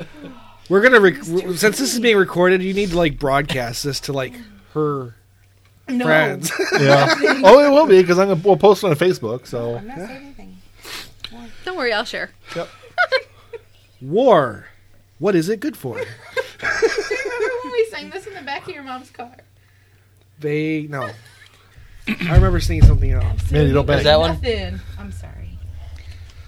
[SPEAKER 1] is.
[SPEAKER 2] We're gonna rec- since this is being recorded, you need to like broadcast this to like her friends.
[SPEAKER 1] Yeah. Oh, it will be because I'm gonna we'll post it on Facebook. So
[SPEAKER 4] I'm not saying anything.
[SPEAKER 3] Don't worry, I'll share.
[SPEAKER 2] War. What is it good for?
[SPEAKER 4] Remember when we sang this in the back of your mom's car?
[SPEAKER 2] They no. I remember seeing something else.
[SPEAKER 1] man, you don't
[SPEAKER 5] Is
[SPEAKER 1] bet.
[SPEAKER 5] that one?
[SPEAKER 4] Nothing. I'm sorry.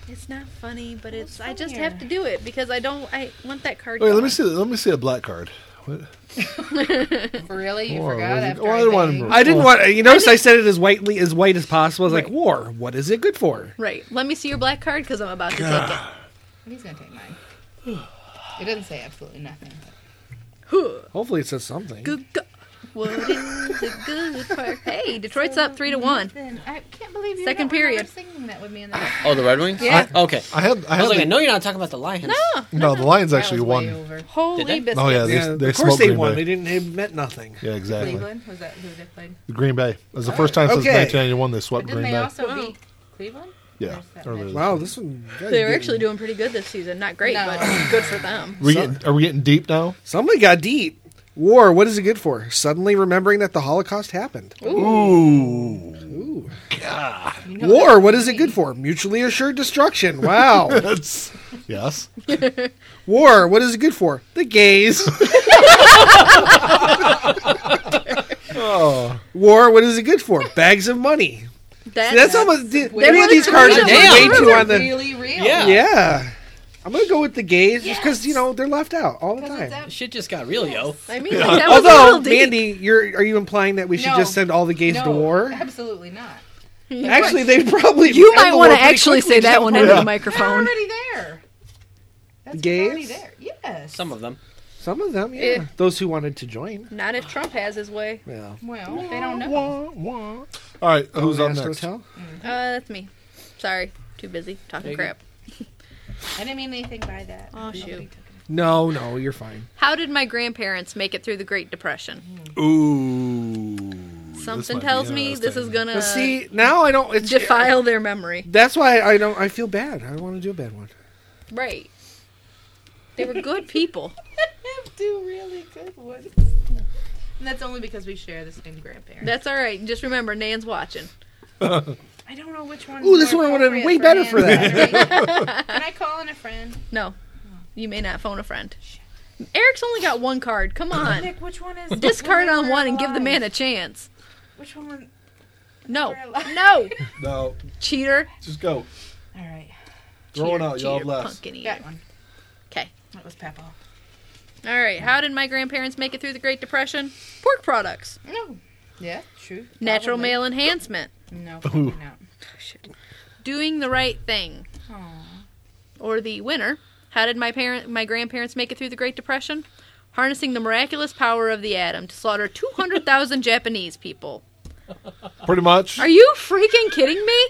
[SPEAKER 3] It's not funny, but it's. I
[SPEAKER 4] funny
[SPEAKER 3] just
[SPEAKER 4] here?
[SPEAKER 3] have to do it because I don't. I want that card.
[SPEAKER 1] Wait, let
[SPEAKER 3] gone.
[SPEAKER 1] me see. Let me see a black card. What?
[SPEAKER 4] Really, you
[SPEAKER 1] Or was
[SPEAKER 4] forgot
[SPEAKER 1] it-
[SPEAKER 4] after
[SPEAKER 1] Oh, I
[SPEAKER 4] I,
[SPEAKER 1] didn't want
[SPEAKER 4] sang.
[SPEAKER 1] to-
[SPEAKER 2] I didn't want. You notice I said it as whitely as white as possible. I was like, "War. What is it good for?"
[SPEAKER 3] Right. Let me see your black card because I'm about to take it.
[SPEAKER 4] He's gonna take mine. It didn't say absolutely nothing.
[SPEAKER 3] Huh.
[SPEAKER 2] Hopefully, it says something.
[SPEAKER 3] Good go- What is the good part? Hey, Detroit's up three to one.
[SPEAKER 4] Nothing. I can't believe you
[SPEAKER 3] Second
[SPEAKER 4] don't remember
[SPEAKER 3] period.
[SPEAKER 4] singing that with me in the back.
[SPEAKER 5] Oh, the Red Wings.
[SPEAKER 4] Yeah.
[SPEAKER 5] Okay.
[SPEAKER 1] I had. I
[SPEAKER 5] I
[SPEAKER 1] had.
[SPEAKER 5] was like,
[SPEAKER 1] the,
[SPEAKER 5] I know you're not talking about the Lions.
[SPEAKER 3] No.
[SPEAKER 1] no, the Lions
[SPEAKER 4] That
[SPEAKER 1] actually
[SPEAKER 4] was way
[SPEAKER 1] won.
[SPEAKER 4] over.
[SPEAKER 3] Holy
[SPEAKER 5] Did
[SPEAKER 3] biscuits.
[SPEAKER 1] Oh yeah, they,
[SPEAKER 2] Yeah,
[SPEAKER 1] they
[SPEAKER 2] of course
[SPEAKER 1] smoked
[SPEAKER 2] they
[SPEAKER 1] Green
[SPEAKER 2] won. They
[SPEAKER 1] Bay.
[SPEAKER 2] didn't. It meant nothing.
[SPEAKER 1] Yeah, exactly.
[SPEAKER 4] Cleveland was that who they played?
[SPEAKER 1] Green Bay. It was the first time since
[SPEAKER 2] Okay.
[SPEAKER 1] 1991 they swept
[SPEAKER 4] Didn't
[SPEAKER 1] Green
[SPEAKER 4] they
[SPEAKER 1] Bay.
[SPEAKER 4] also
[SPEAKER 3] Wow.
[SPEAKER 4] beat Cleveland?
[SPEAKER 1] yeah.
[SPEAKER 4] There's that
[SPEAKER 1] earlier
[SPEAKER 4] match.
[SPEAKER 1] this
[SPEAKER 2] Wow,
[SPEAKER 1] year.
[SPEAKER 2] this one. you guys
[SPEAKER 3] They were
[SPEAKER 2] did-
[SPEAKER 3] actually doing pretty good this season. Not great,
[SPEAKER 4] No.
[SPEAKER 3] but good for them.
[SPEAKER 1] We getting, are we getting deep now?
[SPEAKER 2] Somebody got deep. War. What is it good for? Suddenly remembering that the Holocaust happened.
[SPEAKER 1] Ooh.
[SPEAKER 4] You know
[SPEAKER 2] War.
[SPEAKER 4] that-
[SPEAKER 2] What is it good for? Mutually assured destruction. Wow.
[SPEAKER 1] That's yes.
[SPEAKER 2] War. What is it good for? The gays.
[SPEAKER 1] Oh,
[SPEAKER 2] War. What is it good for? Bags of money.
[SPEAKER 3] That,
[SPEAKER 2] That's almost. Every
[SPEAKER 3] They're
[SPEAKER 2] one of these
[SPEAKER 3] really
[SPEAKER 2] cards are
[SPEAKER 3] real.
[SPEAKER 2] way
[SPEAKER 5] Those
[SPEAKER 2] too on the.
[SPEAKER 4] really real.
[SPEAKER 5] Yeah.
[SPEAKER 2] Yeah. I'm gonna go with the gays just because you know they're left out all the
[SPEAKER 4] 'Cause it's
[SPEAKER 2] time.
[SPEAKER 4] that-
[SPEAKER 5] Shit just got real, yo.
[SPEAKER 3] I mean, like, that was a
[SPEAKER 2] Although,
[SPEAKER 3] little deep.
[SPEAKER 2] Mandy, you're are you implying that we should
[SPEAKER 4] No.
[SPEAKER 2] just send all the gays to
[SPEAKER 4] no,
[SPEAKER 2] war?
[SPEAKER 4] Absolutely not.
[SPEAKER 2] Actually, they probably
[SPEAKER 3] You
[SPEAKER 2] end
[SPEAKER 3] might
[SPEAKER 2] the
[SPEAKER 3] want
[SPEAKER 2] war
[SPEAKER 3] to
[SPEAKER 2] pretty
[SPEAKER 3] actually
[SPEAKER 2] quickly
[SPEAKER 3] say that
[SPEAKER 2] down
[SPEAKER 3] one
[SPEAKER 2] the
[SPEAKER 3] into
[SPEAKER 2] road.
[SPEAKER 3] the
[SPEAKER 4] They're
[SPEAKER 3] microphone.
[SPEAKER 4] already there. That's what's
[SPEAKER 2] Gays?
[SPEAKER 4] already there. Yes.
[SPEAKER 5] Some of them.
[SPEAKER 2] Some of them, yeah.
[SPEAKER 3] Eh.
[SPEAKER 2] Those who wanted to join.
[SPEAKER 3] Not if Trump has his way.
[SPEAKER 2] Yeah.
[SPEAKER 4] Well, they don't know.
[SPEAKER 1] Wah, wah. All right, who's on
[SPEAKER 2] Astro
[SPEAKER 1] next?
[SPEAKER 2] Hotel?
[SPEAKER 3] Uh, that's me. Sorry. Too busy talking
[SPEAKER 5] you
[SPEAKER 3] crap.
[SPEAKER 4] I didn't mean anything by that.
[SPEAKER 3] Oh,
[SPEAKER 4] Nobody
[SPEAKER 3] shoot.
[SPEAKER 4] took it.
[SPEAKER 2] No, no, you're fine.
[SPEAKER 3] How did my grandparents make it through the Great Depression?
[SPEAKER 1] Ooh.
[SPEAKER 3] Something tells me this is gonna
[SPEAKER 2] But see, now I don't. It's
[SPEAKER 3] defile their memory.
[SPEAKER 2] That's why I don't. I feel bad. I don't want to do a bad one.
[SPEAKER 3] Right. They were good people.
[SPEAKER 4] I have two really good ones. And that's only because we share the same grandparents.
[SPEAKER 3] That's all right. Just remember, Nan's watching.
[SPEAKER 4] I don't know which one.
[SPEAKER 7] Ooh, this one would've been way better for
[SPEAKER 4] that. Can I call in a friend?
[SPEAKER 3] No, you may not phone a friend. Eric's only got one card. Come on,
[SPEAKER 4] Nick, which one is
[SPEAKER 3] discard
[SPEAKER 4] which
[SPEAKER 3] on
[SPEAKER 4] we're
[SPEAKER 3] one and give the
[SPEAKER 4] alive?
[SPEAKER 3] man a chance.
[SPEAKER 4] Which one? Were...
[SPEAKER 3] No,
[SPEAKER 4] We're alive.
[SPEAKER 3] no,
[SPEAKER 1] No,
[SPEAKER 3] cheater.
[SPEAKER 1] just go.
[SPEAKER 4] All right,
[SPEAKER 1] Throw it
[SPEAKER 3] Cheater,
[SPEAKER 1] out, y'all
[SPEAKER 3] cheater,
[SPEAKER 1] left.
[SPEAKER 3] pumpkin eater.
[SPEAKER 4] got one.
[SPEAKER 3] 'Kay.
[SPEAKER 4] That was Papa.
[SPEAKER 3] All right. How did my grandparents make it through the Great Depression? Pork products,
[SPEAKER 4] No. Yeah. True.
[SPEAKER 3] natural
[SPEAKER 4] Probably.
[SPEAKER 3] male enhancement,
[SPEAKER 4] No.
[SPEAKER 1] Ooh.
[SPEAKER 4] probably not.
[SPEAKER 3] doing the right thing,
[SPEAKER 4] Aw.
[SPEAKER 3] or the winner. How did my parent, my grandparents make it through the Great Depression? Harnessing the miraculous power of the atom to slaughter 200,000 Japanese people.
[SPEAKER 1] Pretty much.
[SPEAKER 3] Are you freaking kidding me?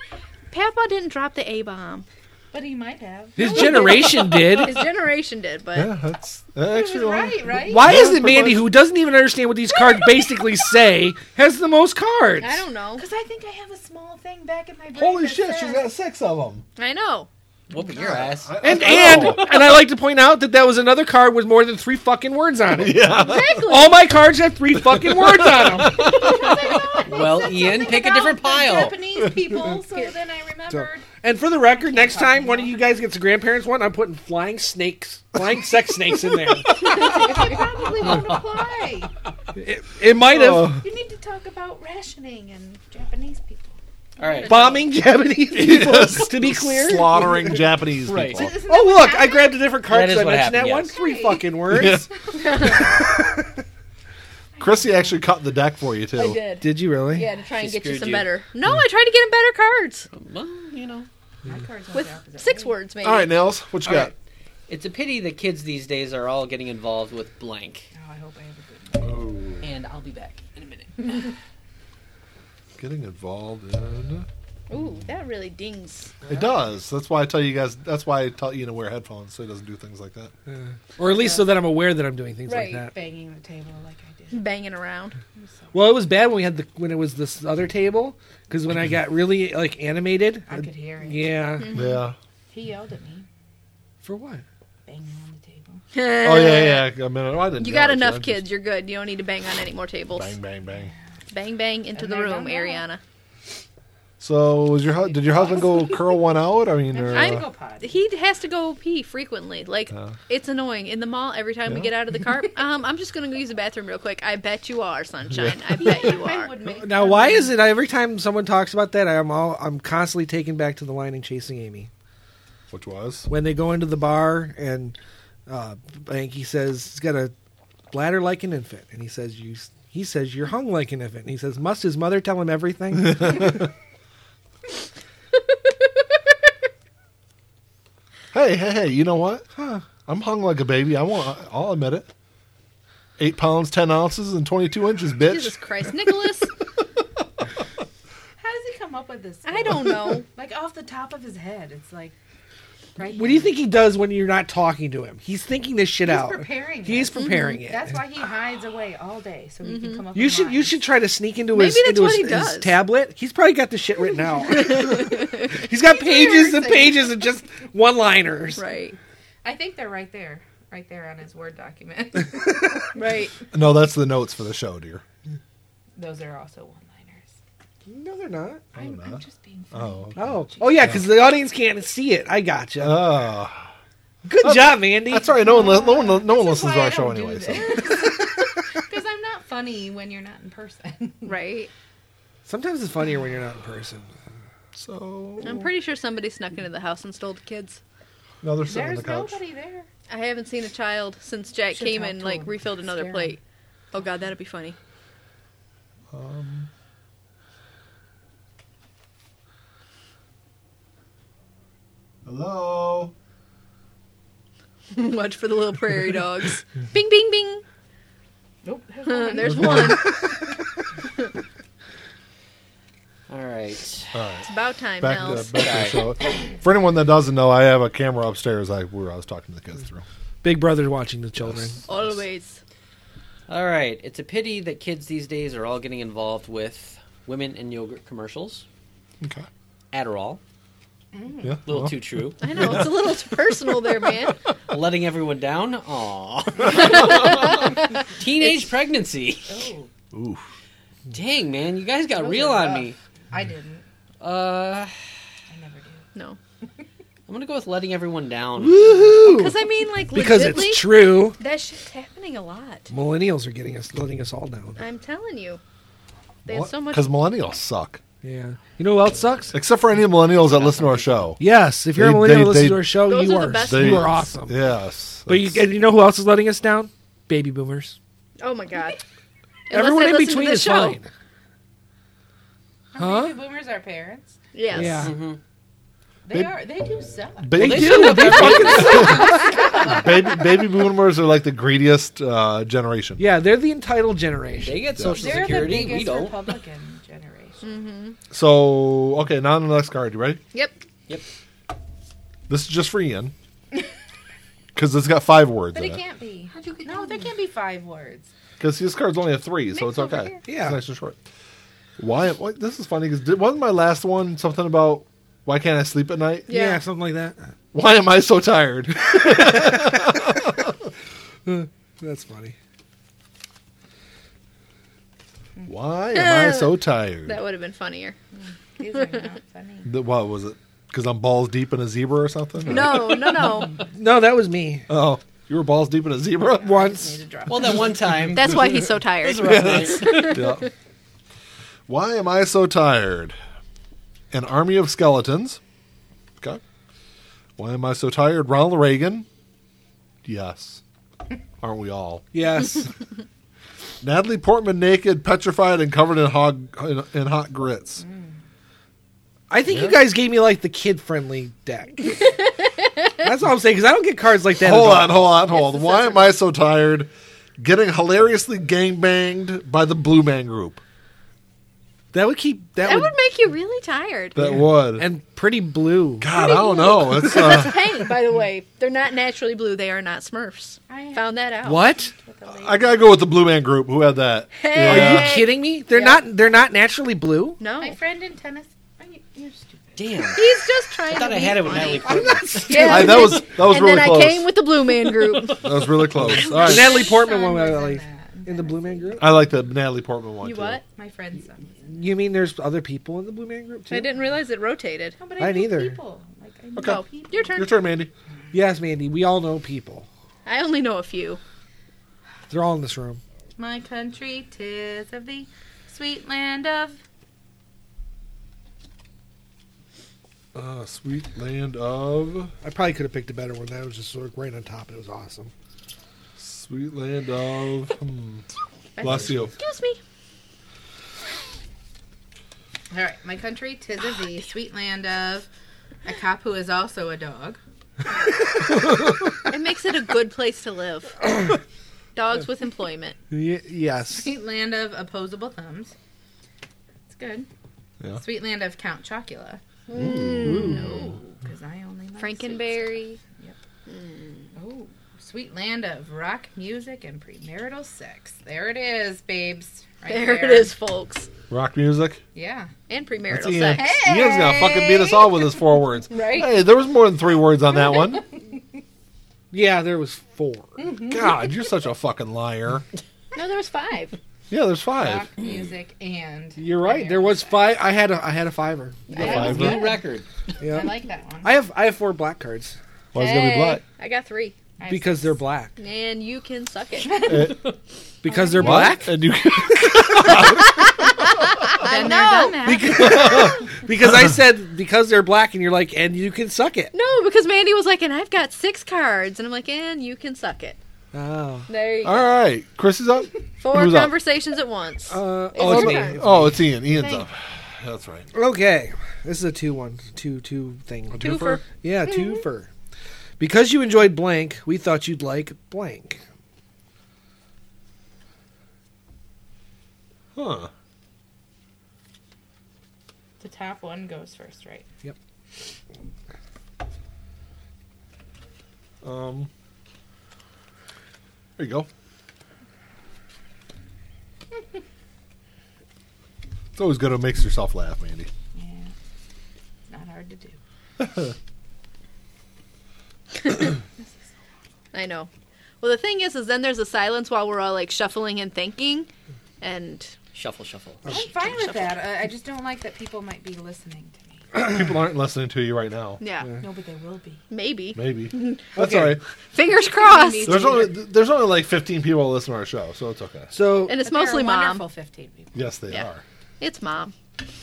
[SPEAKER 3] Papa didn't drop the A bomb.
[SPEAKER 4] But he might have.
[SPEAKER 2] His generation did.
[SPEAKER 3] His generation did, but
[SPEAKER 1] yeah, that's that
[SPEAKER 4] He was
[SPEAKER 1] actually
[SPEAKER 4] right, right?
[SPEAKER 2] Why is
[SPEAKER 1] Yeah,
[SPEAKER 2] it Mandy,
[SPEAKER 1] pretty much.
[SPEAKER 2] who doesn't even understand what these cards basically say, has the most cards?
[SPEAKER 3] I don't know.
[SPEAKER 4] Because I think I have a small thing back in my brain.
[SPEAKER 1] Holy
[SPEAKER 4] that
[SPEAKER 1] shit,
[SPEAKER 4] says-
[SPEAKER 1] she's got six of them.
[SPEAKER 3] I know.
[SPEAKER 5] Whooping your ass.
[SPEAKER 2] And and and I like to point out that that was another card with more than three fucking words on it.
[SPEAKER 1] yeah,
[SPEAKER 3] Exactly.
[SPEAKER 2] All my cards have three fucking words on them.
[SPEAKER 5] Well, Ian, pick a
[SPEAKER 4] About the
[SPEAKER 5] different pile.
[SPEAKER 4] Japanese people. So then I remembered.
[SPEAKER 2] And for the record, next time one of you guys gets a grandparents one, I'm putting flying snakes, flying sex snakes in there.
[SPEAKER 4] it probably won't apply.
[SPEAKER 2] It, it might have
[SPEAKER 1] Oh.
[SPEAKER 4] You need to talk about rationing and Japanese people.
[SPEAKER 5] All right.
[SPEAKER 2] bombing Japanese people.
[SPEAKER 1] Yes.
[SPEAKER 2] To be clear,
[SPEAKER 1] slaughtering Japanese
[SPEAKER 5] Right.
[SPEAKER 1] people.
[SPEAKER 4] Isn't that
[SPEAKER 2] Oh
[SPEAKER 4] what
[SPEAKER 2] look, I
[SPEAKER 4] happened?
[SPEAKER 2] grabbed a different card
[SPEAKER 5] That is
[SPEAKER 2] because I
[SPEAKER 5] what
[SPEAKER 2] mentioned that
[SPEAKER 5] happened,
[SPEAKER 2] one.
[SPEAKER 5] yes.
[SPEAKER 2] Three
[SPEAKER 4] Okay.
[SPEAKER 2] fucking words.
[SPEAKER 1] Chrissy actually cut the deck for you too.
[SPEAKER 3] I did.
[SPEAKER 7] Did you really?
[SPEAKER 3] Yeah, to try and
[SPEAKER 5] She
[SPEAKER 3] get you
[SPEAKER 5] screwed
[SPEAKER 3] some
[SPEAKER 5] you.
[SPEAKER 3] better. No, I tried to get him better cards
[SPEAKER 5] Well, you know,
[SPEAKER 4] My cards went the opposite
[SPEAKER 3] with six
[SPEAKER 4] way.
[SPEAKER 3] words, maybe.
[SPEAKER 1] All right, Nels, what you
[SPEAKER 5] All
[SPEAKER 1] got?
[SPEAKER 5] right. it's a pity that kids these days are all getting involved with blank.
[SPEAKER 4] Oh, I hope I have a good
[SPEAKER 5] And I'll be back in a minute.
[SPEAKER 1] Getting involved in
[SPEAKER 3] Ooh, that really dings.
[SPEAKER 1] it does. That's why I tell you guys. That's why I tell you to wear headphones so he doesn't do things like that.
[SPEAKER 2] or at least so that I'm aware that I'm doing things
[SPEAKER 3] Right.
[SPEAKER 2] like that.
[SPEAKER 4] banging the table like I did.
[SPEAKER 3] Banging around.
[SPEAKER 2] Well, it was bad when we had the when it was this other table because when I got really like animated,
[SPEAKER 4] I could hear it.
[SPEAKER 2] yeah.
[SPEAKER 1] Yeah.
[SPEAKER 4] He yelled at me,
[SPEAKER 2] For what?
[SPEAKER 4] banging on the table.
[SPEAKER 1] Oh yeah, yeah. I mean, I didn't.
[SPEAKER 3] You
[SPEAKER 1] know
[SPEAKER 3] got
[SPEAKER 1] it,
[SPEAKER 3] enough
[SPEAKER 1] I just-
[SPEAKER 3] kids. You're good. You don't need to bang on any more tables.
[SPEAKER 1] Bang, bang, bang.
[SPEAKER 3] Bang, bang into
[SPEAKER 4] And
[SPEAKER 3] the
[SPEAKER 4] they're
[SPEAKER 3] room,
[SPEAKER 4] done
[SPEAKER 3] Ariana.
[SPEAKER 4] now.
[SPEAKER 1] So, was your hu- did your husband go curl one out? I mean, or,
[SPEAKER 3] I'm-
[SPEAKER 1] uh,
[SPEAKER 4] Go potty.
[SPEAKER 3] He has to go pee frequently. Like
[SPEAKER 1] Uh.
[SPEAKER 3] it's annoying in the mall. Every time we
[SPEAKER 1] Yeah.
[SPEAKER 3] get out of the car, um, I'm just gonna go use the bathroom real quick. I bet you are, sunshine. I bet you
[SPEAKER 4] I
[SPEAKER 3] are.
[SPEAKER 4] would make
[SPEAKER 2] Now, why is it every time someone talks about that, I'm all I'm constantly taken back to the line and chasing Amy
[SPEAKER 1] which was
[SPEAKER 2] when they go into the bar and uh, Banky says he's got a bladder like an infant, and he says you he says you're hung like an infant, and he says must his mother tell him everything?
[SPEAKER 1] hey, hey, hey. You know what?
[SPEAKER 2] huh.
[SPEAKER 1] I'm hung like a baby. I won't. I'll admit it. Eight pounds, ten ounces, and twenty-two inches,
[SPEAKER 3] Jesus
[SPEAKER 1] bitch.
[SPEAKER 3] Christ, Nicholas.
[SPEAKER 4] How does he come up with this?
[SPEAKER 3] I don't know.
[SPEAKER 4] Like off the top of his head, it's like. Right
[SPEAKER 2] What do you think he does when you're not talking to him? He's thinking this shit
[SPEAKER 4] He's
[SPEAKER 2] out.
[SPEAKER 4] preparing
[SPEAKER 2] He's
[SPEAKER 4] it. Mm-hmm.
[SPEAKER 2] preparing it.
[SPEAKER 4] That's why he hides away all day so he can come up.
[SPEAKER 2] You
[SPEAKER 4] with
[SPEAKER 2] should you
[SPEAKER 4] lines.
[SPEAKER 2] should try to sneak into
[SPEAKER 3] Maybe
[SPEAKER 2] his,
[SPEAKER 3] that's
[SPEAKER 2] into
[SPEAKER 3] what
[SPEAKER 2] his,
[SPEAKER 3] he
[SPEAKER 2] his
[SPEAKER 3] does.
[SPEAKER 2] tablet. He's probably got this shit written out. He's got pages and
[SPEAKER 4] rehearsing.
[SPEAKER 2] pages of just one liners.
[SPEAKER 3] Right,
[SPEAKER 4] I think they're right there, right there on his word document.
[SPEAKER 3] right.
[SPEAKER 1] No, that's the notes for the show, dear.
[SPEAKER 4] Those are also one-liners.
[SPEAKER 2] No, they're not.
[SPEAKER 4] I'm, I'm
[SPEAKER 1] not.
[SPEAKER 4] just being funny.
[SPEAKER 1] Oh, okay.
[SPEAKER 2] Oh, oh yeah, because the audience can't see it. I gotcha.
[SPEAKER 1] Ah,
[SPEAKER 2] Good job, Mandy.
[SPEAKER 1] that's all right. No one, li- no one, no one
[SPEAKER 4] This is
[SPEAKER 1] listens to
[SPEAKER 4] why I
[SPEAKER 1] our show
[SPEAKER 4] don't do
[SPEAKER 1] anyway. So.
[SPEAKER 4] Because I'm not funny when you're not in person.
[SPEAKER 3] Right.
[SPEAKER 2] Sometimes it's funnier when you're not in person.
[SPEAKER 1] so
[SPEAKER 3] I'm pretty sure somebody snuck into the house and stole the kids.
[SPEAKER 1] no, they're sitting on the
[SPEAKER 4] There's
[SPEAKER 1] couch.
[SPEAKER 4] nobody there.
[SPEAKER 3] I haven't seen a child since Jack
[SPEAKER 4] Should
[SPEAKER 3] came
[SPEAKER 4] talk
[SPEAKER 3] and
[SPEAKER 4] to
[SPEAKER 3] like
[SPEAKER 4] him.
[SPEAKER 3] refilled another
[SPEAKER 4] Scare him.
[SPEAKER 3] plate. Oh god, that'd be funny.
[SPEAKER 1] Um, hello.
[SPEAKER 3] Watch for the little prairie dogs. bing, bing, bing.
[SPEAKER 4] Nope. there's
[SPEAKER 3] Uh,
[SPEAKER 4] nobody.
[SPEAKER 3] There's one.
[SPEAKER 5] All right.
[SPEAKER 1] All right.
[SPEAKER 3] It's about time,
[SPEAKER 1] back
[SPEAKER 3] Nels.
[SPEAKER 1] to, back to the show. For anyone that doesn't know, I have a camera upstairs. I where I was talking to the kids through.
[SPEAKER 2] Big brother's watching the children.
[SPEAKER 3] Always.
[SPEAKER 5] All right. It's a pity that kids these days are all getting involved with women and yogurt commercials,
[SPEAKER 1] Okay.
[SPEAKER 5] Adderall,
[SPEAKER 1] Hmm. Yeah.
[SPEAKER 5] A little
[SPEAKER 1] well,
[SPEAKER 5] too true.
[SPEAKER 3] I know it's a little too personal there, man.
[SPEAKER 5] Letting everyone down? Aw. Teenage pregnancy.
[SPEAKER 4] Oh,
[SPEAKER 5] Dang, man, you guys got
[SPEAKER 4] Those
[SPEAKER 5] real
[SPEAKER 4] are
[SPEAKER 5] on
[SPEAKER 4] rough.
[SPEAKER 5] me.
[SPEAKER 4] I didn't.
[SPEAKER 5] Uh,
[SPEAKER 4] I never do.
[SPEAKER 3] No,
[SPEAKER 5] I'm gonna go with letting everyone down.
[SPEAKER 3] because I mean, like,
[SPEAKER 2] Because
[SPEAKER 3] legitly,
[SPEAKER 2] it's true.
[SPEAKER 3] that shit's happening a lot.
[SPEAKER 2] Millennials are getting us, letting us all down.
[SPEAKER 3] I'm telling you, they have
[SPEAKER 1] what?
[SPEAKER 3] so much.
[SPEAKER 1] millennials suck.
[SPEAKER 2] Yeah. You know who else sucks?
[SPEAKER 1] Except for any millennials that listen to our show.
[SPEAKER 2] Yes. If you're
[SPEAKER 1] They-
[SPEAKER 2] a millennial,
[SPEAKER 1] they-
[SPEAKER 2] listen
[SPEAKER 1] they-
[SPEAKER 2] to our show.
[SPEAKER 3] Those
[SPEAKER 2] you
[SPEAKER 3] are the
[SPEAKER 2] are,
[SPEAKER 3] best
[SPEAKER 2] you
[SPEAKER 3] ones.
[SPEAKER 2] are awesome.
[SPEAKER 1] Yes.
[SPEAKER 2] But you,
[SPEAKER 1] That's-
[SPEAKER 2] and you know who else is letting us down? Baby boomers.
[SPEAKER 3] Oh my god. Unless
[SPEAKER 2] Everyone
[SPEAKER 3] they
[SPEAKER 2] in
[SPEAKER 3] listen to
[SPEAKER 2] between
[SPEAKER 3] this
[SPEAKER 2] is fine.
[SPEAKER 4] How many boomers are parents?
[SPEAKER 3] Yes.
[SPEAKER 2] Yeah.
[SPEAKER 4] They
[SPEAKER 1] They-
[SPEAKER 4] are. They do suck.
[SPEAKER 1] Baby,
[SPEAKER 5] they still have their
[SPEAKER 1] baby, baby boomers are like the greediest uh, generation.
[SPEAKER 2] Yeah, they're the entitled generation.
[SPEAKER 5] They get social
[SPEAKER 4] They're
[SPEAKER 5] security.
[SPEAKER 4] the
[SPEAKER 5] we
[SPEAKER 4] biggest
[SPEAKER 5] don't.
[SPEAKER 4] Republican generation.
[SPEAKER 1] So, okay, now on the next card. You ready?
[SPEAKER 3] Yep.
[SPEAKER 1] This is just for Ian. Because it's got five words
[SPEAKER 4] But
[SPEAKER 1] in
[SPEAKER 4] it
[SPEAKER 1] it.
[SPEAKER 4] can't be. No, there can't be five words.
[SPEAKER 1] Because this card's only a three, so
[SPEAKER 4] Mick's
[SPEAKER 1] it's
[SPEAKER 4] over
[SPEAKER 1] okay.
[SPEAKER 4] here.
[SPEAKER 2] Yeah.
[SPEAKER 1] It's nice and short. Why? why this is funny because wasn't my last one something about why can't I sleep at night?
[SPEAKER 2] Yeah.
[SPEAKER 3] Yeah.
[SPEAKER 2] something like that.
[SPEAKER 1] Why am I so tired?
[SPEAKER 2] That's funny.
[SPEAKER 1] why am I so tired?
[SPEAKER 3] That would have been funnier.
[SPEAKER 4] These are not funny.
[SPEAKER 1] The- what was it? Because I'm balls deep in a zebra or something?
[SPEAKER 3] No, no, no.
[SPEAKER 2] No, that was me.
[SPEAKER 1] Oh, you were balls deep in a zebra?
[SPEAKER 4] Need
[SPEAKER 2] Once.
[SPEAKER 4] to drop
[SPEAKER 5] Well, that one time.
[SPEAKER 3] That's why he's so tired.
[SPEAKER 1] yeah. Why am I so tired? An army of skeletons. Okay. Why am I so tired? Ronald Reagan. Yes. Aren't we all?
[SPEAKER 2] Yes.
[SPEAKER 1] Natalie Portman naked, petrified, and covered in, hog, in, in hot grits.
[SPEAKER 3] Mm.
[SPEAKER 2] I think you guys gave me like the kid friendly deck. That's all I'm saying because I don't get cards like that. at
[SPEAKER 1] Hold
[SPEAKER 2] all.
[SPEAKER 1] on, hold on, hold on. Why am I so tired? Getting hilariously gangbanged by the Blue Man Group.
[SPEAKER 2] That would keep that,
[SPEAKER 3] That
[SPEAKER 2] would,
[SPEAKER 3] would make you really tired.
[SPEAKER 1] That would.
[SPEAKER 2] and pretty blue.
[SPEAKER 1] God, I don't know. It's uh,
[SPEAKER 3] That's paint, by the way. They're not naturally blue. They are not Smurfs.
[SPEAKER 4] I-
[SPEAKER 3] Found that out.
[SPEAKER 2] What?
[SPEAKER 4] with the lady.
[SPEAKER 1] I gotta go with the Blue Man Group. Who had that?
[SPEAKER 3] Hey.
[SPEAKER 2] Are you kidding me? They're not. They're not naturally blue.
[SPEAKER 3] No.
[SPEAKER 4] My friend in tennis. Are you, you're stupid.
[SPEAKER 5] Damn.
[SPEAKER 3] He's just trying
[SPEAKER 5] I thought
[SPEAKER 3] to
[SPEAKER 5] I
[SPEAKER 3] be
[SPEAKER 5] had it with
[SPEAKER 3] funny.
[SPEAKER 5] Natalie Portman.
[SPEAKER 3] Yeah.
[SPEAKER 1] I- that was that was
[SPEAKER 3] and
[SPEAKER 1] really
[SPEAKER 3] then
[SPEAKER 1] close.
[SPEAKER 3] I came with the Blue Man Group.
[SPEAKER 1] That was really close. All
[SPEAKER 2] The
[SPEAKER 1] right.
[SPEAKER 2] Natalie Portman one.
[SPEAKER 4] Son was
[SPEAKER 2] I
[SPEAKER 4] in
[SPEAKER 2] like.
[SPEAKER 4] that.
[SPEAKER 2] In the Blue Man Group?
[SPEAKER 1] I like the Natalie Portman one.
[SPEAKER 3] you
[SPEAKER 1] too.
[SPEAKER 3] what?
[SPEAKER 4] My friend's son. was in
[SPEAKER 2] You mean there's other people in the Blue Man Group too?
[SPEAKER 3] I didn't realize it rotated.
[SPEAKER 4] that. No, but
[SPEAKER 2] Mine
[SPEAKER 4] I knew
[SPEAKER 2] either.
[SPEAKER 4] people. Like, I knew
[SPEAKER 1] Okay.
[SPEAKER 3] Oh,
[SPEAKER 4] people.
[SPEAKER 3] your turn.
[SPEAKER 1] Your turn, Mandy.
[SPEAKER 2] Yes, Mandy. We all know people.
[SPEAKER 3] I only know a few.
[SPEAKER 2] They're all in this room.
[SPEAKER 4] My country, tis of the sweet land of.
[SPEAKER 1] Uh, sweet land of,
[SPEAKER 2] I probably could have picked a better one. That was just sort of right on top. It was awesome.
[SPEAKER 1] sweet land of. Hmm.
[SPEAKER 3] I-
[SPEAKER 1] Bless you.
[SPEAKER 3] Excuse me.
[SPEAKER 4] All right, my country, tis of the sweet land of. A cop who is also a dog.
[SPEAKER 3] It makes it a good place to live. Dogs with employment.
[SPEAKER 2] Y- yes.
[SPEAKER 4] Sweet land of opposable thumbs. It's good.
[SPEAKER 1] Yeah.
[SPEAKER 4] Sweet land of Count Chocula. No, because I only like
[SPEAKER 3] Frankenberry.
[SPEAKER 4] sweets. Oh, sweet land of rock music and premarital sex. There it is, babes. Right
[SPEAKER 3] There it is, folks.
[SPEAKER 1] Rock music.
[SPEAKER 4] Yeah.
[SPEAKER 3] And
[SPEAKER 1] That's
[SPEAKER 3] premarital
[SPEAKER 1] Ian.
[SPEAKER 3] sex.
[SPEAKER 4] Hey!
[SPEAKER 1] Ian's gonna fucking beat us all with his four words.
[SPEAKER 3] Right.
[SPEAKER 1] Hey, there was more than three words on that one.
[SPEAKER 2] Yeah, there was four.
[SPEAKER 1] God, you're such a fucking liar.
[SPEAKER 3] No, there was five.
[SPEAKER 1] Yeah, there's five.
[SPEAKER 4] Rock music and.
[SPEAKER 2] You're right. There was five. I had a I had a fiver.
[SPEAKER 4] Yeah,
[SPEAKER 1] five,
[SPEAKER 4] that's
[SPEAKER 1] huh?
[SPEAKER 5] New record.
[SPEAKER 4] good. I
[SPEAKER 2] Yeah.
[SPEAKER 4] like that one.
[SPEAKER 2] I have I have four black cards
[SPEAKER 1] Why is it gonna be
[SPEAKER 3] Hey,
[SPEAKER 1] black?
[SPEAKER 3] I got three.
[SPEAKER 4] I have
[SPEAKER 2] because
[SPEAKER 4] six.
[SPEAKER 2] they're black.
[SPEAKER 3] And you can suck it.
[SPEAKER 2] Because they're
[SPEAKER 1] Black?
[SPEAKER 2] black.
[SPEAKER 1] And you.
[SPEAKER 4] Been there, done that.
[SPEAKER 2] Because I said because they're black, and you're like, and you can suck it.
[SPEAKER 3] no, because Mandy was like, and I've got six cards. And I'm like, and you can suck it.
[SPEAKER 2] Oh.
[SPEAKER 3] There you
[SPEAKER 1] all
[SPEAKER 3] go.
[SPEAKER 1] right, Chris is up.
[SPEAKER 3] Four
[SPEAKER 1] Uh, who's up?
[SPEAKER 3] conversations at once.
[SPEAKER 2] Uh,
[SPEAKER 3] It's
[SPEAKER 2] oh, it's
[SPEAKER 3] your
[SPEAKER 2] me.
[SPEAKER 3] turn.
[SPEAKER 1] Oh, it's Ian. Ian's up. That's right.
[SPEAKER 2] Okay. This is a two one two two thing.
[SPEAKER 3] Two for
[SPEAKER 2] Yeah, two for. Because you enjoyed blank, we thought you'd like blank.
[SPEAKER 1] Huh.
[SPEAKER 4] The top one goes first, right?
[SPEAKER 1] Um. There you go. it's always good to makes yourself laugh, Mandy.
[SPEAKER 4] Yeah. It's not hard to do.
[SPEAKER 3] I know. Well, the thing is, is then there's a silence while we're all like shuffling and thinking, and
[SPEAKER 6] Shuffle, shuffle.
[SPEAKER 4] I'm fine with that. I, I just don't like that people might be listening to me.
[SPEAKER 1] People aren't listening to you right now.
[SPEAKER 3] yeah,
[SPEAKER 4] No, but they will be.
[SPEAKER 3] maybe.
[SPEAKER 1] Maybe. That's
[SPEAKER 2] Okay.
[SPEAKER 1] all right.
[SPEAKER 3] Fingers crossed.
[SPEAKER 4] Maybe.
[SPEAKER 1] There's only there's only like 15 people that listen to our show, so it's okay.
[SPEAKER 2] So
[SPEAKER 3] And it's
[SPEAKER 4] But they're
[SPEAKER 3] mostly
[SPEAKER 4] a
[SPEAKER 3] mom.
[SPEAKER 4] Wonderful 15 people.
[SPEAKER 1] Yes, they
[SPEAKER 3] Yeah.
[SPEAKER 1] are.
[SPEAKER 3] It's mom.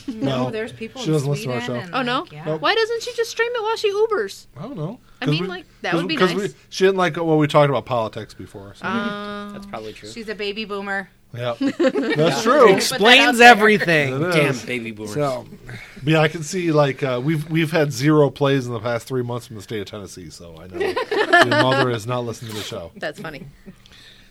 [SPEAKER 4] No,
[SPEAKER 1] Well,
[SPEAKER 4] there's people.
[SPEAKER 1] she
[SPEAKER 4] in
[SPEAKER 1] doesn't listen to our
[SPEAKER 4] Sweden
[SPEAKER 1] show.
[SPEAKER 4] and,
[SPEAKER 3] Oh no.
[SPEAKER 4] like, yeah.
[SPEAKER 3] Why doesn't she just stream it while she Ubers?
[SPEAKER 1] I don't know.
[SPEAKER 3] I
[SPEAKER 1] 'Cause
[SPEAKER 3] mean, like, that
[SPEAKER 1] 'cause-
[SPEAKER 3] would be
[SPEAKER 1] 'cause
[SPEAKER 3] nice. Uh-huh.
[SPEAKER 1] We, she didn't like what we talked about politics before. So.
[SPEAKER 6] That's probably true.
[SPEAKER 4] She's a baby boomer.
[SPEAKER 1] yeah, that's true.
[SPEAKER 4] Explains
[SPEAKER 1] It
[SPEAKER 8] everything.
[SPEAKER 1] is.
[SPEAKER 6] Damn baby boomers.
[SPEAKER 2] so
[SPEAKER 1] But yeah, I can see like uh, we've we've had zero plays in the past three months from the state of Tennessee, so I know your mother is not listening to the show.
[SPEAKER 3] That's funny.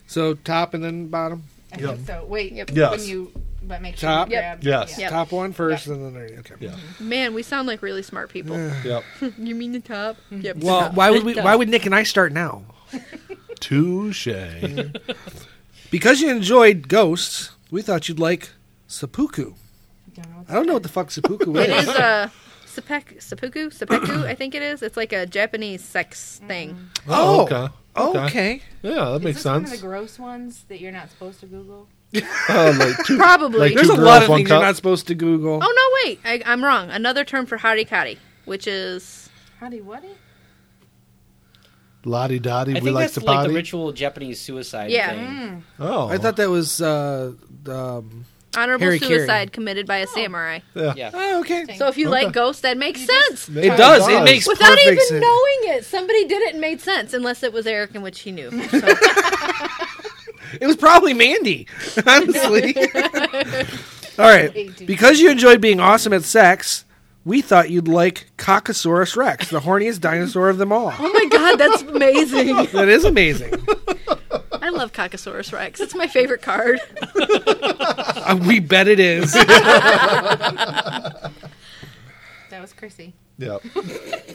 [SPEAKER 2] so top and then bottom.
[SPEAKER 4] I
[SPEAKER 1] Yep.
[SPEAKER 4] think so. Wait.
[SPEAKER 1] Yes.
[SPEAKER 4] When you, but make sure
[SPEAKER 2] Top.
[SPEAKER 4] you grab.
[SPEAKER 1] Yes.
[SPEAKER 3] Yep.
[SPEAKER 2] Top one first, and then there. Okay.
[SPEAKER 1] Yeah.
[SPEAKER 3] Man, we sound like really smart people.
[SPEAKER 1] Yep.
[SPEAKER 3] you mean the top?
[SPEAKER 4] Hmm.
[SPEAKER 3] Yep.
[SPEAKER 2] Well, why would we? Why would Nick and I start now?
[SPEAKER 1] Touche. Oh,
[SPEAKER 2] Because you enjoyed Ghosts, we thought you'd like Seppuku.
[SPEAKER 4] Don't know what
[SPEAKER 2] I don't know what the fuck Seppuku
[SPEAKER 3] It
[SPEAKER 2] is.
[SPEAKER 3] is a sepek, seppuku, seppuku. I think it is. It's like a Japanese sex thing.
[SPEAKER 2] Oh,
[SPEAKER 1] okay.
[SPEAKER 2] okay.
[SPEAKER 1] Yeah, that
[SPEAKER 4] Is
[SPEAKER 1] makes
[SPEAKER 4] this
[SPEAKER 1] sense.
[SPEAKER 4] One of the gross ones that you're not supposed to Google.
[SPEAKER 1] Uh, like
[SPEAKER 2] Mm.
[SPEAKER 1] two-
[SPEAKER 3] Probably.
[SPEAKER 1] Like
[SPEAKER 2] There's
[SPEAKER 1] Two
[SPEAKER 2] a
[SPEAKER 1] girls,
[SPEAKER 2] lot of
[SPEAKER 1] one
[SPEAKER 2] things
[SPEAKER 1] cup.
[SPEAKER 2] you're not supposed to Google.
[SPEAKER 3] oh no, wait, I, I'm wrong. Another term for harikari, which is
[SPEAKER 4] Howdy, what? it?
[SPEAKER 1] Lottie Dottie,
[SPEAKER 6] I
[SPEAKER 1] we
[SPEAKER 6] think
[SPEAKER 1] like
[SPEAKER 6] that's
[SPEAKER 1] to
[SPEAKER 6] like
[SPEAKER 1] potty.
[SPEAKER 6] the ritual Japanese suicide
[SPEAKER 3] Yeah.
[SPEAKER 6] thing.
[SPEAKER 4] Mm.
[SPEAKER 1] oh,
[SPEAKER 2] I thought that was. Uh, um,
[SPEAKER 3] honorable
[SPEAKER 2] Harikiri.
[SPEAKER 3] suicide committed by a samurai.
[SPEAKER 1] yeah.
[SPEAKER 6] Yeah.
[SPEAKER 2] oh, okay.
[SPEAKER 3] So if Oh. you
[SPEAKER 1] Okay.
[SPEAKER 3] like ghosts, that makes sense.
[SPEAKER 1] Maybe
[SPEAKER 2] It does. It makes
[SPEAKER 3] Without
[SPEAKER 2] perfect
[SPEAKER 3] even
[SPEAKER 2] sense.
[SPEAKER 3] knowing it, somebody did it and made sense, unless it was Eric, in which he knew. So,
[SPEAKER 2] It was probably Mandy, honestly. All right. Because you enjoyed being awesome at sex, we thought you'd like Cocosaurus Rex, the horniest dinosaur of them all.
[SPEAKER 3] oh my god, that's amazing!
[SPEAKER 2] That is amazing.
[SPEAKER 3] I love Cocosaurus Rex. It's my favorite card.
[SPEAKER 2] Uh, we bet it is.
[SPEAKER 4] That was Chrissy.
[SPEAKER 1] Yeah.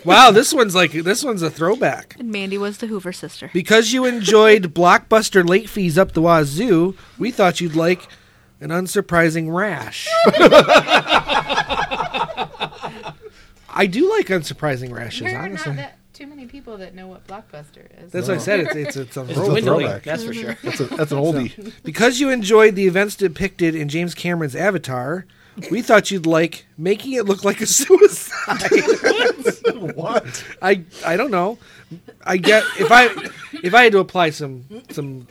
[SPEAKER 2] Wow, this one's like this one's a throwback.
[SPEAKER 3] And Mandy was the Hoover sister.
[SPEAKER 2] Because you enjoyed blockbuster late fees up the wazoo, we thought you'd like an unsurprising rash. I do like unsurprising rashes,
[SPEAKER 4] There are
[SPEAKER 2] honestly.
[SPEAKER 4] not that too many people that know what Blockbuster is.
[SPEAKER 2] That's what I said. It's it's it's a
[SPEAKER 1] a
[SPEAKER 2] throwback.
[SPEAKER 6] Dwindling,
[SPEAKER 1] throwback.
[SPEAKER 6] that's for sure.
[SPEAKER 1] That's, a, that's an oldie.
[SPEAKER 2] Because you enjoyed the events depicted in James Cameron's Avatar, we thought you'd like making it look like a suicide.
[SPEAKER 1] what?
[SPEAKER 2] I I don't know. I get if I if I had to apply some some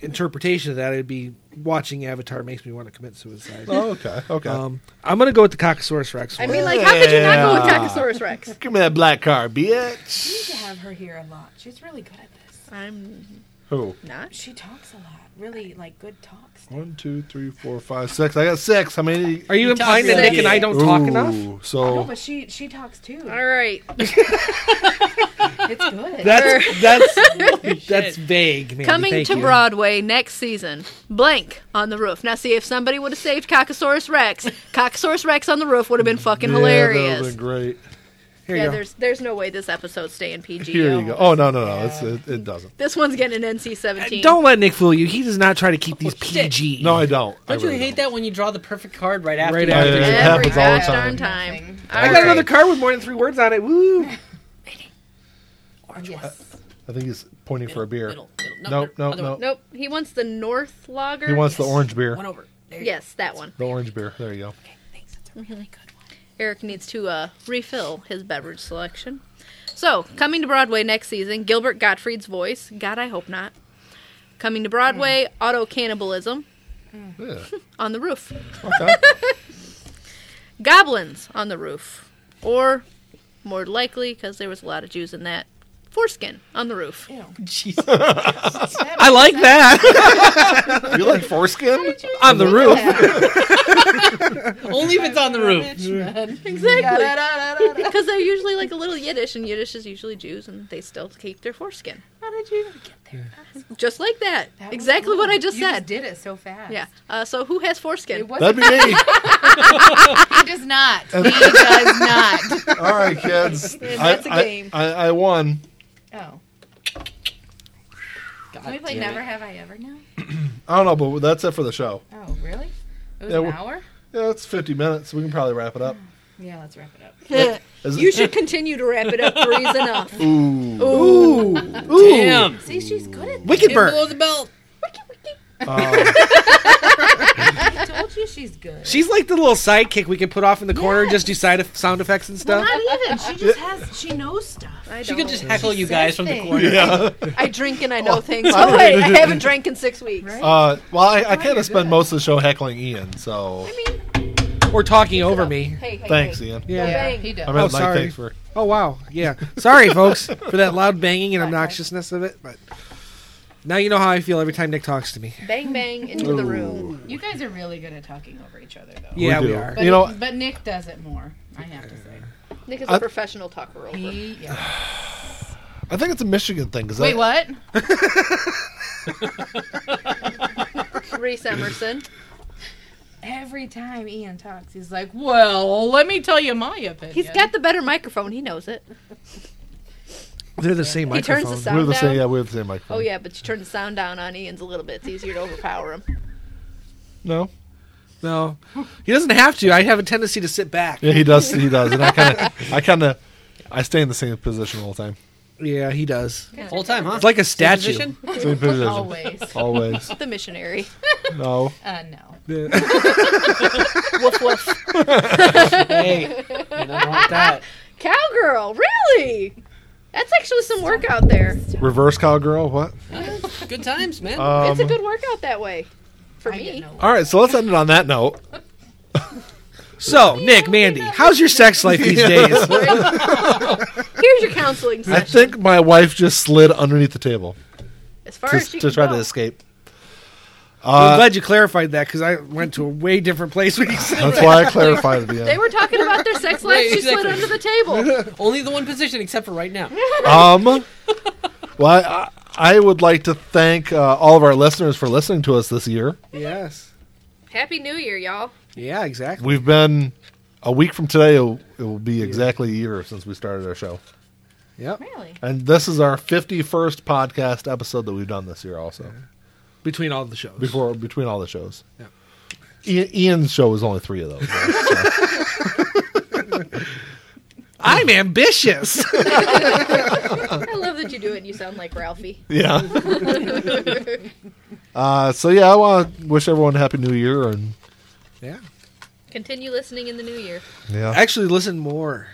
[SPEAKER 2] interpretation of that, it'd be watching Avatar makes me want to commit suicide.
[SPEAKER 1] Oh, okay. Okay.
[SPEAKER 2] Um, I'm gonna go with the Cocosaurus Rex.
[SPEAKER 3] I
[SPEAKER 2] One.
[SPEAKER 3] mean, like, how could you not go with Cocosaurus Rex?
[SPEAKER 1] Give me that black car, bitch.
[SPEAKER 4] We need to have her here a lot. She's really good at this.
[SPEAKER 3] I'm
[SPEAKER 1] Who?
[SPEAKER 3] not.
[SPEAKER 4] She talks a lot. Really, like, good talks.
[SPEAKER 1] One, two, three, four, five, six. I got six. How many?
[SPEAKER 2] Are you implying that
[SPEAKER 6] really-
[SPEAKER 2] Nick and I don't talk enough?
[SPEAKER 1] Ooh, So
[SPEAKER 4] No, but she she talks too.
[SPEAKER 3] All right.
[SPEAKER 4] It's good.
[SPEAKER 2] That's that's that's vague. Mandy.
[SPEAKER 3] Coming
[SPEAKER 2] Thank
[SPEAKER 3] to
[SPEAKER 2] you.
[SPEAKER 3] Broadway next season. Blank on the roof. Now, see if somebody would have saved Cocosaurus Rex. Cocosaurus Rex on the roof would have been fucking
[SPEAKER 1] Yeah, That would
[SPEAKER 3] hilarious.
[SPEAKER 1] have been great.
[SPEAKER 2] Here
[SPEAKER 3] Yeah,
[SPEAKER 2] you go.
[SPEAKER 3] there's there's no way this episode's staying PG.
[SPEAKER 1] Here you go.
[SPEAKER 3] yo.
[SPEAKER 1] Oh no, no, no. It's, it, it doesn't.
[SPEAKER 3] This one's getting an NC-17.
[SPEAKER 2] Don't let Nick fool you. He does not try to keep these PG.
[SPEAKER 1] No, I don't. I
[SPEAKER 6] Don't you
[SPEAKER 1] really
[SPEAKER 6] hate that when you draw the perfect card right after?
[SPEAKER 2] Right
[SPEAKER 6] you-
[SPEAKER 2] after.
[SPEAKER 1] Yeah. It
[SPEAKER 3] Every
[SPEAKER 1] happens all the
[SPEAKER 3] gosh darn
[SPEAKER 1] time.
[SPEAKER 3] time.
[SPEAKER 2] I got another card with more than three words on it. Woo!
[SPEAKER 4] yes.
[SPEAKER 1] I think he's pointing for a beer.
[SPEAKER 6] Middle, middle, no,
[SPEAKER 1] Nope,
[SPEAKER 6] no,
[SPEAKER 1] nope,
[SPEAKER 6] other one.
[SPEAKER 1] nope.
[SPEAKER 3] Nope. He wants the North Lager.
[SPEAKER 1] He wants the orange beer.
[SPEAKER 6] One over. There you
[SPEAKER 3] Yes, that one.
[SPEAKER 1] The orange beer. There you go.
[SPEAKER 3] Eric needs to uh, refill his beverage selection. So, coming to Broadway next season, Gilbert Gottfried's voice. God, I hope not. Coming to Broadway,
[SPEAKER 1] Hmm.
[SPEAKER 3] auto cannibalism
[SPEAKER 1] Yeah.
[SPEAKER 3] on the roof.
[SPEAKER 1] Okay.
[SPEAKER 3] Goblins on the roof. Or, more likely, because there was a lot of Jews in that, foreskin on the roof.
[SPEAKER 6] go. Jesus.
[SPEAKER 2] I like that
[SPEAKER 1] you like foreskin?
[SPEAKER 2] on the roof.
[SPEAKER 6] Only if it's on the roof.
[SPEAKER 3] Exactly. Because they're usually like a little Yiddish, and Yiddish is usually Jews, and they still keep their foreskin.
[SPEAKER 4] How did you even get there?
[SPEAKER 3] Just like that.
[SPEAKER 4] That was
[SPEAKER 3] exactly
[SPEAKER 4] cool.
[SPEAKER 3] what I just
[SPEAKER 4] you
[SPEAKER 3] said.
[SPEAKER 4] Just did it so fast.
[SPEAKER 3] yeah. Uh, so, who has
[SPEAKER 4] It
[SPEAKER 3] foreskin?
[SPEAKER 1] That'd
[SPEAKER 4] wasn't.
[SPEAKER 1] be me.
[SPEAKER 4] He does not. He does not.
[SPEAKER 1] All right, kids.
[SPEAKER 3] that's a
[SPEAKER 1] I- I-
[SPEAKER 3] game.
[SPEAKER 1] I, I won.
[SPEAKER 4] Oh.
[SPEAKER 6] God
[SPEAKER 4] Can we play
[SPEAKER 6] damn
[SPEAKER 4] Never
[SPEAKER 6] it.
[SPEAKER 4] Have I Ever now?
[SPEAKER 1] I don't know, but that's it for the show.
[SPEAKER 4] Oh, really? It was
[SPEAKER 1] Yeah,
[SPEAKER 4] an
[SPEAKER 1] we-
[SPEAKER 4] hour?
[SPEAKER 1] Yeah, it's 50 minutes. We can probably wrap it up.
[SPEAKER 4] Yeah, let's wrap it up.
[SPEAKER 3] you should continue to wrap it up. Three's enough.
[SPEAKER 2] Ooh. Ooh.
[SPEAKER 6] Damn.
[SPEAKER 4] See, she's good at
[SPEAKER 2] Wicked
[SPEAKER 6] It
[SPEAKER 2] Bird.
[SPEAKER 6] blows the belt.
[SPEAKER 4] I Oh. told you she's good.
[SPEAKER 2] She's like the little sidekick we could put off in the corner and just do side eff- sound effects and stuff.
[SPEAKER 9] Not even. She just has. She knows stuff.
[SPEAKER 3] I
[SPEAKER 6] She
[SPEAKER 3] don't.
[SPEAKER 6] could just heckle you guys from the
[SPEAKER 9] things.
[SPEAKER 6] corner.
[SPEAKER 3] I drink and I know things. Oh wait, I haven't drank in six weeks.
[SPEAKER 1] Uh, well, I, I kind of spend most of the show heckling Ian, so
[SPEAKER 2] or talking over me.
[SPEAKER 3] Hey, hey,
[SPEAKER 1] thanks,
[SPEAKER 3] hey.
[SPEAKER 1] Ian.
[SPEAKER 2] Yeah.
[SPEAKER 4] yeah,
[SPEAKER 3] Bang.
[SPEAKER 4] he does.
[SPEAKER 1] I mean,
[SPEAKER 2] Oh,
[SPEAKER 1] like,
[SPEAKER 2] sorry.
[SPEAKER 1] thanks for.
[SPEAKER 2] Oh wow. Yeah. Sorry, folks, for that loud banging and obnoxiousness of it. But now you know how I feel every time Nick talks to me.
[SPEAKER 3] Bang bang into the room.
[SPEAKER 4] You guys are really good at talking over each other, though.
[SPEAKER 2] Yeah, we,
[SPEAKER 1] do.
[SPEAKER 2] are.
[SPEAKER 4] But,
[SPEAKER 1] You know-
[SPEAKER 4] but Nick does it more. I have to say.
[SPEAKER 3] Nick is a
[SPEAKER 1] I-
[SPEAKER 3] professional talker. Over.
[SPEAKER 4] He, yeah.
[SPEAKER 1] I think it's a Michigan thing. 'cause
[SPEAKER 4] Wait,
[SPEAKER 1] I-
[SPEAKER 4] what?
[SPEAKER 3] Reese Emerson.
[SPEAKER 4] Every time Ian talks, he's like, "Well, let me tell you my opinion."
[SPEAKER 3] He's got the better microphone. He knows it.
[SPEAKER 2] They're the same
[SPEAKER 3] He turns the
[SPEAKER 2] microphone.
[SPEAKER 3] sound
[SPEAKER 1] We're the same.
[SPEAKER 3] down.
[SPEAKER 1] Yeah, we're the same microphone.
[SPEAKER 3] Oh yeah, but you turn the sound down on Ian's a little bit. It's easier to overpower him.
[SPEAKER 1] No.
[SPEAKER 2] No, he doesn't have to. I have a tendency to sit back.
[SPEAKER 1] Yeah, he does. He does, and I kind of, I kind of, I stay in the same position all the time.
[SPEAKER 2] Yeah, he does.
[SPEAKER 5] Full time, huh?
[SPEAKER 2] It's like a statue.
[SPEAKER 5] Position?
[SPEAKER 1] Same position.
[SPEAKER 4] always.
[SPEAKER 1] Always.
[SPEAKER 3] The missionary.
[SPEAKER 1] No.
[SPEAKER 4] Uh, no.
[SPEAKER 3] woof woof.
[SPEAKER 5] hey, you don't want that.
[SPEAKER 3] Cowgirl, really? That's actually some work out there.
[SPEAKER 1] Reverse cowgirl. What?
[SPEAKER 5] Good times, man.
[SPEAKER 1] Uh,
[SPEAKER 3] it's a good workout that way. For
[SPEAKER 4] I get
[SPEAKER 3] me.
[SPEAKER 4] no.
[SPEAKER 1] All right, so let's end it on that note.
[SPEAKER 2] So, Nick, Mandy, how's your sex life these days?
[SPEAKER 3] Here's your counseling
[SPEAKER 1] I
[SPEAKER 3] session.
[SPEAKER 1] think my wife just slid underneath the table
[SPEAKER 3] as far
[SPEAKER 1] to,
[SPEAKER 3] as she
[SPEAKER 1] to
[SPEAKER 3] can
[SPEAKER 1] try
[SPEAKER 3] go.
[SPEAKER 1] to escape.
[SPEAKER 2] I'm
[SPEAKER 1] Uh,
[SPEAKER 2] glad you clarified that because I went to a way different place when you said
[SPEAKER 1] that's why I clarified it.
[SPEAKER 3] They
[SPEAKER 1] Yeah.
[SPEAKER 3] were talking about their sex life.
[SPEAKER 5] Right,
[SPEAKER 3] She slid
[SPEAKER 5] exactly.
[SPEAKER 3] under the table.
[SPEAKER 5] Only the one position, except for right now.
[SPEAKER 1] Um. Well, I, I would like to thank uh, all of our listeners for listening to us this year.
[SPEAKER 2] Yes.
[SPEAKER 3] Happy New Year, y'all.
[SPEAKER 2] Yeah, exactly.
[SPEAKER 1] We've been a week from today. It'll, it will be exactly a year since we started our show.
[SPEAKER 2] Yep.
[SPEAKER 4] Really?
[SPEAKER 1] And this is our 51st podcast episode that we've done this year, also,
[SPEAKER 2] Between all the shows.
[SPEAKER 1] before between all the shows.
[SPEAKER 2] Yeah.
[SPEAKER 1] Ian, Ian's show was only three of those. so.
[SPEAKER 2] I'm ambitious.
[SPEAKER 3] I love that you do it and you sound like Ralphie.
[SPEAKER 1] yeah. Uh, so, yeah, I want to wish everyone a happy new year. And
[SPEAKER 2] yeah.
[SPEAKER 3] Continue listening in the new year.
[SPEAKER 1] yeah,
[SPEAKER 2] Actually, listen more.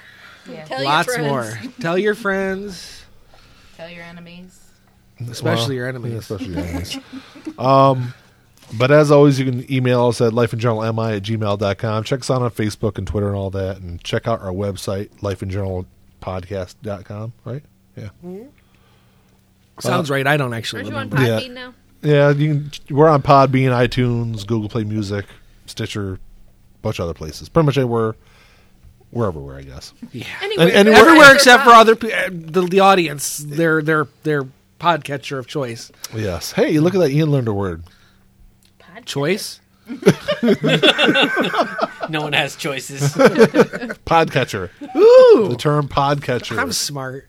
[SPEAKER 4] Yeah.
[SPEAKER 3] Tell
[SPEAKER 2] Lots
[SPEAKER 3] your friends.
[SPEAKER 2] more. Tell your friends,
[SPEAKER 4] Tell your enemies.
[SPEAKER 2] especially your
[SPEAKER 1] Yeah,
[SPEAKER 2] enemies.
[SPEAKER 1] especially your enemies. um, but as always, you can email us at lifeinjournalmi at gmail.com. Check us out on Facebook and Twitter and all that. And check out our website, lifeinjournalpodcast.com, right? Yeah.
[SPEAKER 2] Sounds right. I don't actually
[SPEAKER 3] Aren't you on
[SPEAKER 2] remember.
[SPEAKER 3] Podbean
[SPEAKER 1] Yeah.
[SPEAKER 3] now?
[SPEAKER 1] Yeah, you can, we're on Podbean, iTunes, Google Play Music, Stitcher, bunch of other places. Pretty much anywhere, we're everywhere, I guess.
[SPEAKER 3] Anywhere,
[SPEAKER 1] And- and
[SPEAKER 3] They're
[SPEAKER 2] Everywhere
[SPEAKER 3] fine.
[SPEAKER 2] except for
[SPEAKER 3] They're
[SPEAKER 2] other pe- uh, the, the audience, their their their podcatcher of choice.
[SPEAKER 1] Yes. Hey, look at that. Ian learned a word.
[SPEAKER 2] Choice.
[SPEAKER 5] No one has choices.
[SPEAKER 1] Podcatcher.
[SPEAKER 2] Ooh,
[SPEAKER 1] The term podcatcher.
[SPEAKER 2] I'm smart.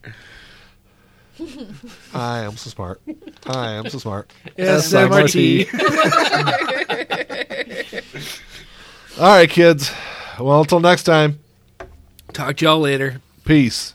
[SPEAKER 1] I am so smart. I am so smart.
[SPEAKER 2] SMRT.
[SPEAKER 1] All right, kids. Well, until next time,
[SPEAKER 2] Talk to y'all later.
[SPEAKER 1] peace.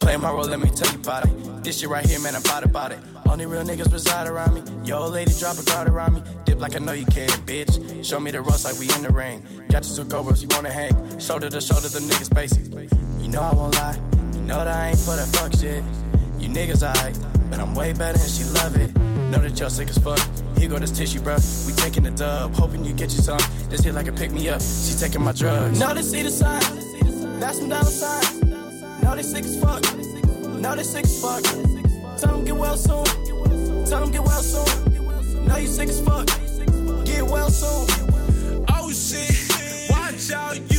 [SPEAKER 10] Play my role, let me tell you about it. This shit right here, man, I'm about about it. Only real niggas reside around me. Yo, lady, drop a guard around me. Dip like I know you can, bitch. Show me the ropes like we in the ring. Got you two cobras, you wanna hang. Shoulder to shoulder, the niggas basic. You know I won't lie. You know that I ain't for that fuck shit. You niggas alright, but I'm way better and she love it. Know that y'all sick as fuck. Here go this tissue, bruh. We taking the dub, hoping you get you some. This hit like a pick me up. She taking my drugs. Know they see the sign. That's some dollar signs. No, they sick as fuck. No, they sick as fuck. Tell them get well soon. Tell them get well soon. No, you sick as fuck. Get well soon. Oh shit. Watch out,